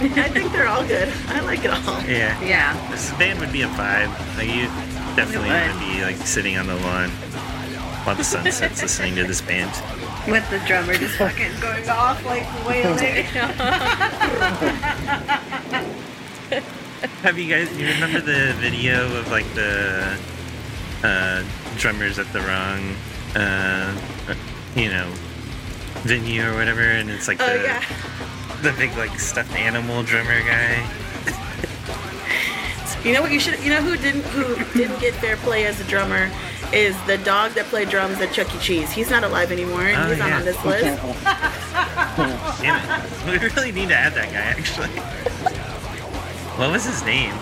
S1: I think they're all good. I like it all.
S2: yeah,
S5: Yeah.
S2: this band would be a vibe. Like you definitely
S6: It would.
S2: want to be like sitting on the lawn while the sun sets, listening to this band.
S6: With the drummer just fucking going off like wailing.
S2: Have you guys? You remember the video of like the uh, drummers at the wrong, uh, you know, venue or whatever, and it's like
S1: Oh
S2: the
S1: yeah.
S2: the big like stuffed animal drummer guy.
S1: You know what? You should. You know who didn't who didn't get fair play as a drummer is the dog that played drums at Chuck E. Cheese. He's not alive anymore. and
S2: Oh,
S1: He's not
S2: yeah.
S1: on this list.
S2: Damn it. We really need to add that guy actually. What was his name?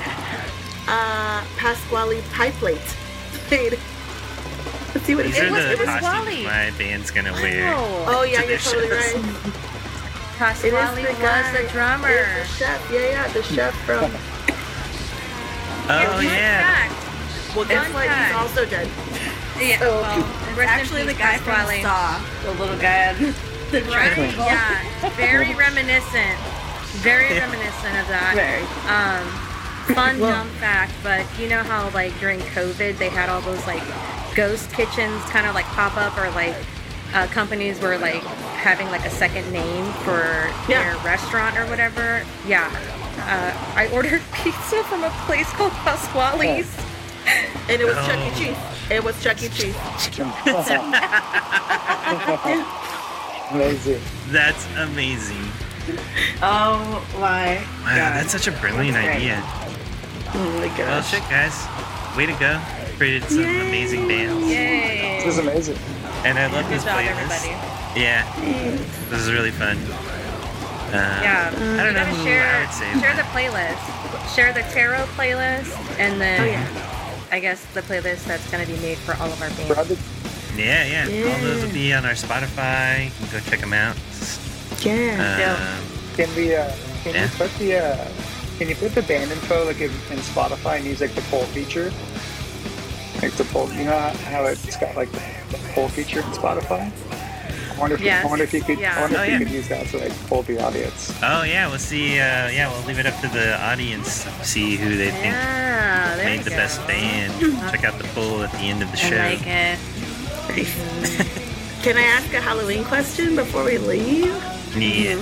S1: Uh, Pasquale Pieplate played. Let's see what it
S2: These are
S1: is.
S2: the
S1: It was-
S2: costumes
S5: Wally.
S2: my band's gonna wear.
S1: Oh yeah,
S2: to
S1: you're
S2: their
S1: totally
S2: shows.
S1: right. It is Oh,
S5: Pasquale
S1: the
S5: was
S1: guy.
S5: the drummer.
S1: It's the chef. Yeah, yeah, the chef from.
S2: Oh yeah.
S5: Fact.
S1: Well, guess
S5: Fun
S1: what? He's
S5: fact.
S1: also dead.
S5: Yeah.
S1: Oh.
S5: Well, rest in
S6: Actually, the
S5: peace,
S6: guy from
S5: Pasquale.
S6: Saw, the little guy on the
S5: Right.
S6: triangle.
S5: Yeah. Very reminiscent. Very reminiscent of that.
S6: Very.
S5: Um, fun
S1: Well-
S5: dumb fact, but you know how like during COVID they had all those like ghost kitchens kind of like pop up or like uh, companies were like having like a second name for
S1: Yeah.
S5: their restaurant or whatever. Yeah. Uh, I ordered pizza from a place called Pasquale's.
S1: And it was
S2: No.
S1: Chuck E. Cheese. It was Chuck E. Cheese.
S4: Amazing.
S2: That's amazing.
S6: Oh my
S2: Wow,
S6: god.
S2: that's such a brilliant
S6: That's great.
S2: idea.
S1: Oh my
S2: Well,
S1: gosh.
S2: shit, guys. Way to go. Created some amazing bands.
S5: Yay.
S4: This is amazing.
S2: And I love
S5: Good
S2: this
S5: job,
S2: playlist.
S5: everybody.
S2: Yeah. This is really fun. Uh,
S5: Yeah.
S1: Mm.
S2: I
S5: you
S2: don't know
S5: gotta
S2: who I
S5: share,
S2: would say.
S5: share the playlist. Share the tarot playlist, and then
S1: Oh, yeah.
S5: I guess the playlist that's gonna be made for all of our bands.
S4: Brother,
S2: Yeah, yeah, All those will
S1: Yeah.
S2: be on our Spotify. You can go check them out.
S1: Yeah.
S2: Um,
S4: can we? Uh, can
S2: Yeah.
S4: you put the? Uh, can you put the band info like in, in Spotify and use like the poll feature? Like the poll. You know how it's got like the poll feature in Spotify. I wonder if,
S5: Yes.
S4: I wonder if you could.
S5: Yeah.
S4: I wonder
S2: Oh,
S4: if you
S2: yeah.
S4: could use that to like poll the audience.
S2: oh, yeah, we'll see. Uh, yeah, we'll leave it up to the audience to see who they think
S5: Yeah, there
S2: made
S5: you
S2: the
S5: go. Mm-hmm.
S2: best band. Check out the poll at the end of the show.
S5: I like it.
S1: Can I ask a Halloween question before we leave?
S2: Yeah.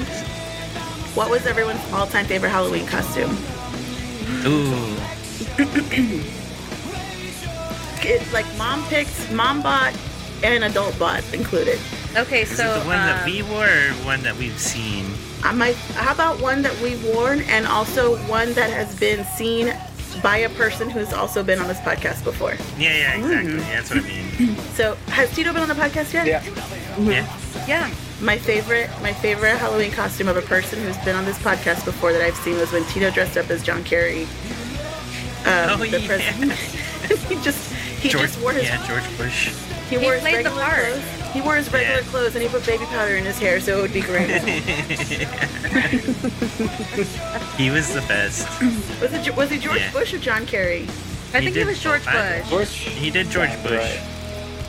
S1: What was everyone's all-time favorite Halloween costume?
S5: Mm-hmm.
S2: Ooh.
S1: It's like mom picked, mom bought, and adult bought included.
S5: Okay,
S2: Is
S5: so
S2: it the one that
S5: um,
S2: we wore or one that we've seen?
S1: I might. How about one that we've worn, and also one that has been seen by a person who's also been on this podcast before?
S2: Yeah, yeah, exactly. Yeah, that's what I mean.
S1: So, has Tito been on the podcast yet?
S4: Yeah.
S2: yeah.
S5: yeah,
S1: My favorite, my favorite Halloween costume of a person who's been on this podcast before that I've seen was when Tito dressed up as John Kerry. Um,
S2: Oh,
S1: the
S2: yeah.
S1: president. he just he
S2: George,
S1: just wore his
S2: yeah, George Bush.
S1: he
S5: He
S1: wore his
S5: played the
S1: regular
S5: part.
S1: clothes. He wore his regular
S2: Yeah.
S1: clothes and he put baby powder in his hair, so it would be great.
S2: he was the best.
S1: was it was he George
S2: Yeah.
S1: Bush or John Kerry?
S5: I
S2: He
S5: think
S2: did
S5: it was George Bush.
S2: I-
S4: Bush.
S2: He did George
S4: Yeah,
S2: Bush.
S4: right.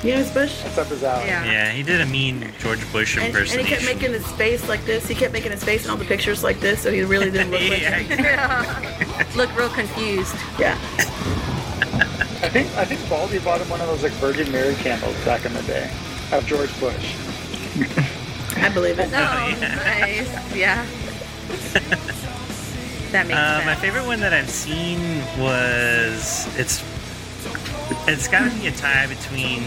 S1: Yeah, it was Bush.
S4: That's up his alley.
S5: Yeah.
S2: Yeah, he did a mean George Bush
S1: Uh-huh. And, and
S2: impersonation.
S1: he kept making his face like this. He kept making his face in all the pictures like this, so he really didn't look like
S2: Yeah.
S1: him.
S5: Look real confused.
S2: Oh,
S1: Yeah.
S4: I think I think Baldy bought him one of those like Virgin Mary candles back in the day of George Bush.
S1: I believe it.
S5: No, Oh, nice. Yeah. that makes
S2: Uh, my
S5: sense.
S2: favorite one that I've seen was it's it's got to be a tie between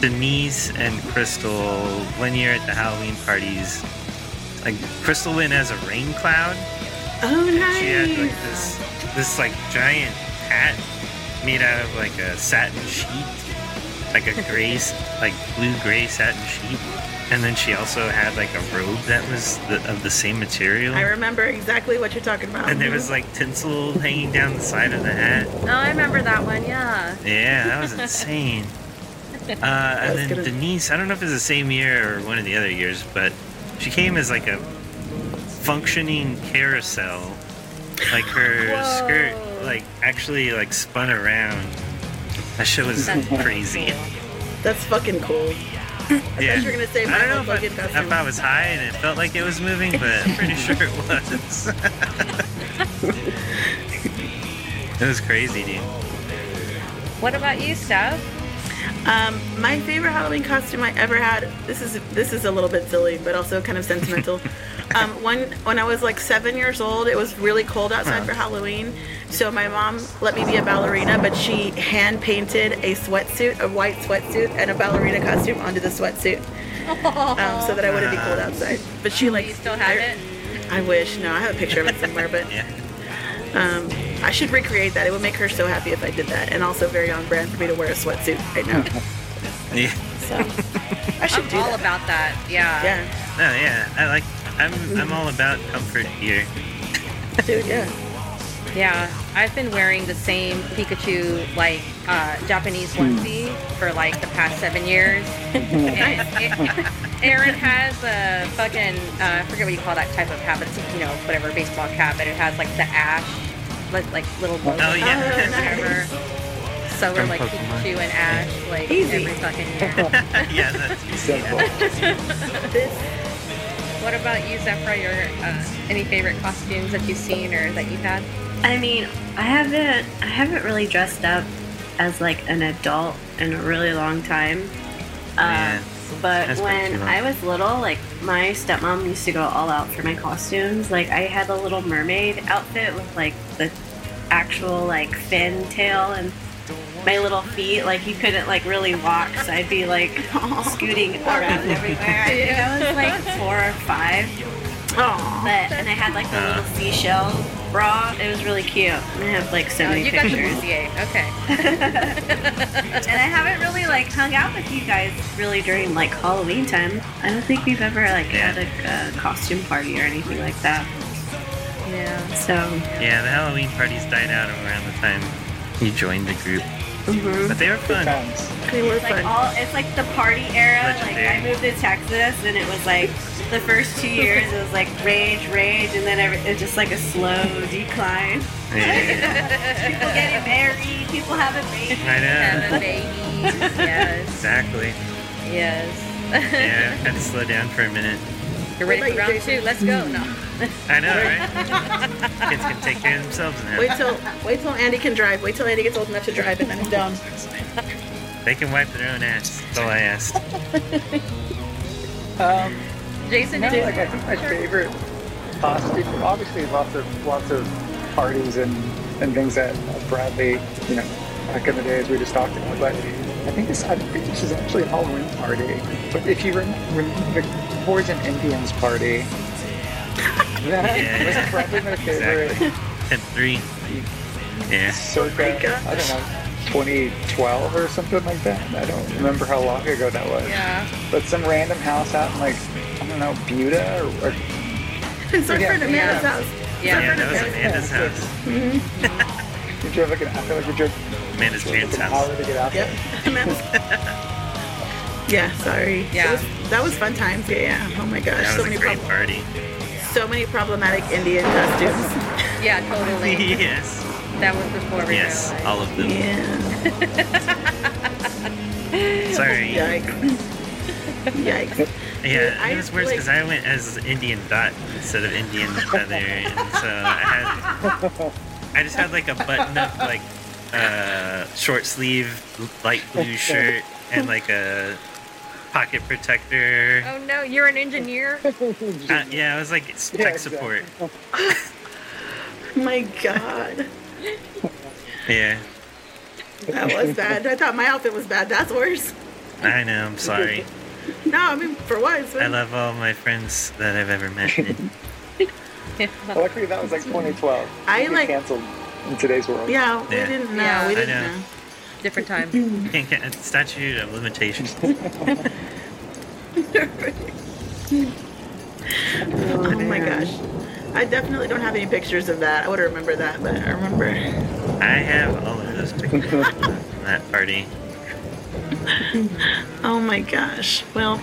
S2: Denise and Crystal one year at the Halloween parties. Like Crystal went as a rain cloud.
S1: Oh
S2: She had like
S1: nice.
S2: this this like giant hat made out of like a satin sheet, like a gray, s- like blue gray satin sheet. And then she also had like a robe that was the, of the same material.
S1: I remember exactly what you're talking about.
S2: And there was like tinsel hanging down the side of the hat.
S5: No, Oh, I remember that one. Yeah.
S2: Yeah, that was insane. Uh, and
S1: was
S2: then
S1: gonna-
S2: Denise, I don't know if it's the same year or one of the other years, but she came as like a functioning carousel. Like her
S5: Whoa.
S2: skirt, like actually like spun around. That shit was
S5: That's
S2: crazy.
S1: That's fucking cool.
S2: yeah.
S1: you were gonna say
S2: I don't know
S1: Michael
S2: if,
S1: Hogan
S2: I, if I was high and it felt like it was moving, but I'm pretty sure it was. it was crazy, dude.
S5: What about you, Steph?
S1: Um, my favorite Halloween costume I ever had. This is this is a little bit silly, but also kind of sentimental. um, one when I was like seven years old, it was really cold outside for Halloween, so my mom let me be a ballerina, but she hand painted a sweatsuit, a white sweatsuit, and a ballerina costume onto the sweatsuit, um, so that I wouldn't be cold outside. But she like
S5: you still have
S1: I,
S5: it?
S1: I wish. No, I have a picture of it somewhere, but
S2: Yeah.
S1: um, I should recreate that. It would make her so happy if I did that, and also very on brand for me to wear a sweatsuit right now.
S2: Yeah.
S1: So I should
S5: I'm
S1: do
S5: all
S1: that.
S5: about that. Yeah.
S1: Yeah,
S2: No, Oh, yeah, I like. I'm I'm all about comfort here.
S1: dude. Yeah.
S5: Yeah, I've been wearing the same Pikachu like uh, Japanese onesie for like the past seven years. and it, Aaron has a fucking uh, I forget what you call that type of cap. It's you know whatever baseball cap, but it has like the ash, like, like little logo
S2: Oh yeah.
S1: Oh, nice.
S5: whatever. So we're
S2: From
S5: like
S2: Pokemon.
S5: Pikachu and Ash like
S1: Easy.
S5: every fucking year.
S2: yeah, that's easy.
S4: Simple.
S1: This
S5: What about you, Zephyr? Your uh, any favorite costumes that you've seen or that you've had?
S6: I mean, I haven't I haven't really dressed up as like an adult in a really long time.
S2: Man,
S6: Uh, but
S2: that's been too
S6: when
S2: long.
S6: I was little, like my stepmom used to go all out for my costumes. Like I had the Little Mermaid outfit with like the actual like fin tail and my little feet. Like you couldn't like really walk, so I'd be like scooting around everywhere. I think I was like four or five. But and I had like the little seashell bra. It was really cute. And I have like so
S5: Oh,
S6: many
S5: you got the
S6: pictures.
S5: BCA. Okay.
S6: And I haven't really like hung out with you guys really during like Halloween time. I don't think we've ever like had a, a costume party or anything like that.
S5: Yeah.
S6: So
S2: yeah, the Halloween parties died out around the time you joined the group,
S6: mhm.
S2: but they were fun.
S4: Good times.
S1: They were
S6: it's like
S1: fun.
S6: all it's like the party era. Like I
S2: Legendary.
S6: moved to Texas and it was like the first two years it was like rage, rage, and then every, it just like a slow decline.
S2: Yeah,
S6: People getting married, people having babies.
S2: I know.
S5: Have a baby. yes.
S2: Exactly.
S5: Yes.
S2: Yeah, had to slow down for a minute.
S5: You're
S1: What
S5: ready for
S1: about you,
S5: round two.
S1: Jason? Mm-hmm.
S5: Let's go. No.
S2: I know, right? Kids can take care of themselves now.
S1: Wait till wait till Andy can drive. Wait till Andy gets old enough to drive, and then I'm done.
S2: They can wipe their own ass. That's all I ask.
S4: Um,
S5: Jason,
S4: No,
S5: did-
S4: like I think my favorite costume. Obviously, lots of lots of parties and and things that Bradley, you know, back in the days we just talked about. But I think this I think this is actually a Halloween party. But if you remember the Wars and Indians party, that
S2: Yeah.
S4: was probably my favorite.
S2: Exactly. Ten three. Yeah.
S4: Circa, I don't know. 2012 or something like that. I don't remember how long ago that was.
S5: Yeah.
S4: But some random house out in like I don't know, Buda or, or
S1: It's our
S4: Yeah.
S1: friend Amanda's
S4: Yeah.
S1: house.
S2: Yeah,
S5: Yeah.
S2: that was Amanda's house.
S4: You drove like an, I feel like we drove
S2: Amanda's
S4: like
S2: parents'
S4: an
S2: house.
S4: hour to get out
S1: Yep.
S4: there.
S1: yeah. Sorry. It
S5: Yeah.
S1: was- that was fun times. Yeah. yeah. Oh my gosh.
S2: That
S1: so
S2: was a
S1: many
S2: great
S1: prob-
S2: party.
S1: so many problematic Indian costumes.
S5: Yeah, totally.
S2: Yes.
S5: That was before we
S2: Yes.
S5: realized.
S2: All of them.
S1: yeah.
S2: Sorry. Yeah,
S1: Yikes. Yikes. I
S2: it was worse
S1: like-
S2: because I went as Indian dot instead of Indian feather, and so I had I just had like a button-up like uh, short sleeve light blue shirt and like a pocket protector.
S5: Oh no, you're an engineer.
S2: Uh, yeah, I was like s-
S4: Yeah,
S2: tech support.
S1: My God.
S2: Yeah,
S1: That was bad. I thought my outfit was bad. That's worse.
S2: I know. I'm sorry.
S1: No, I mean for once.
S2: I love all my friends that I've ever met.
S4: Luckily, that was like 2012.
S1: I,
S4: It'd be
S1: like-
S4: canceled in today's world.
S1: yeah, we
S2: Yeah.
S1: didn't know.
S5: Yeah.
S1: we
S5: I
S1: didn't
S2: know.
S1: know.
S5: Different time.
S2: Can't get- Statute of limitations.
S1: Oh my gosh. I definitely don't have any pictures of that. I would remember that, but I remember.
S2: I have all of those pictures from that party.
S1: Oh my gosh. Well,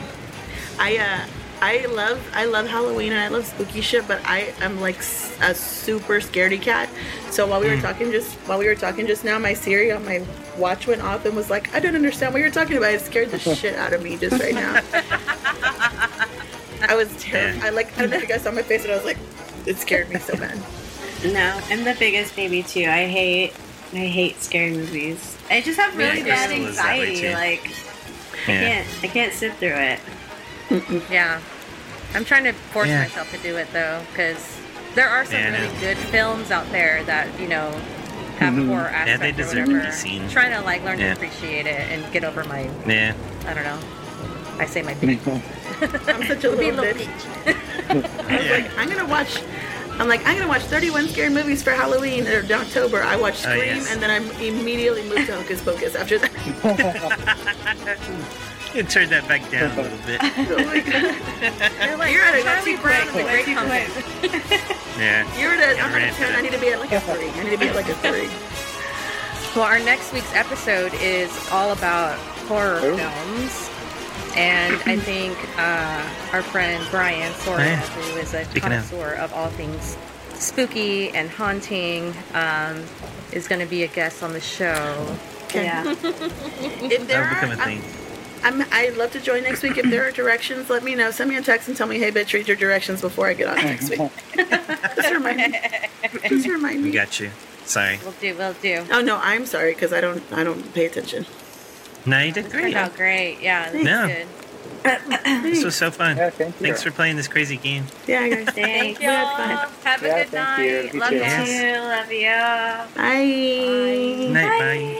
S1: I uh, I love I love Halloween and I love spooky shit, but I am like s- a super scaredy cat. So while we were talking just while we were talking just now, my Siri on my watch went off and was like, I don't understand what you're talking about. It scared the shit out of me just right now. I was terrified. I like I don't know if you guys saw my face, but I was like, it scared me so bad.
S6: No, I'm the biggest baby too. I hate I hate scary movies. I just have really
S2: Yeah,
S6: bad
S2: Crystal is that way,
S6: anxiety.
S2: too.
S6: Like I
S2: Yeah.
S6: can't I can't sit through it.
S5: Yeah. I'm trying to force
S2: Yeah.
S5: myself to do it though, because there are some
S2: Yeah, I
S5: really
S2: know. Mm-hmm.
S5: good films out there that you know have
S4: Mhm.
S5: horror
S2: they
S5: aspect or
S2: deserve to be
S5: whatever.
S2: seen.
S5: Trying to like learn
S2: Yeah.
S5: to appreciate it and get over my
S2: Yeah.
S5: I don't know. I say my
S2: Mm.
S5: bitch.
S4: yeah.
S1: I'm such a little
S5: little
S1: bitch. I was
S2: yeah.
S1: like, I'm gonna watch. I'm like, I'm gonna watch 31 scary movies for Halloween or October. I watched
S2: Oh,
S1: Scream,
S2: yes.
S1: and then I immediately moved to Hocus Pocus after that.
S2: You turn that back down a little bit.
S5: You're like,
S1: You're at a
S5: Charlie
S1: too
S5: Brown
S1: quick,
S5: is a
S1: way
S5: great
S1: too
S5: company.
S2: Yeah.
S1: You're at a, I'm at a
S2: Ramped
S1: 10. I
S2: it.
S1: need to be at like a three. I need to be at like a three.
S5: Well, our next week's episode is all about horror
S4: Oh.
S5: films. And I think uh, our friend Brian Sora,
S2: Brian.
S5: who is a
S2: Oh, Speaking of.
S5: connoisseur of. all things spooky and haunting, um, is going to be a guest on the show.
S1: Okay.
S6: Yeah.
S1: If there
S2: That'll
S1: are,
S2: become a
S1: I,
S2: thing.
S1: I'm, I'd love to join next week. If there are directions, let me know. Send me a text and tell me, hey, bitch, read your directions before I get on next week. just remind me. Just remind
S2: We
S1: me.
S2: got you. Sorry.
S5: We'll do. We'll do.
S1: Oh no, I'm sorry because I don't I don't pay attention.
S2: No, you did
S5: Turned
S2: great.
S5: out great. Yeah. That's
S2: No.
S5: good.
S2: This was so fun.
S4: Yeah, thank you.
S2: Thanks for playing this crazy game.
S1: Yeah, guys.
S6: Thank
S5: Thank
S6: you.
S5: y'all.
S1: fun.
S5: Have a
S4: Yeah,
S5: good
S4: thank you.
S5: night.
S4: You
S5: Love
S4: too.
S5: y'all.
S2: Yes.
S6: Love you. Love you.
S1: Bye.
S2: Night, bye.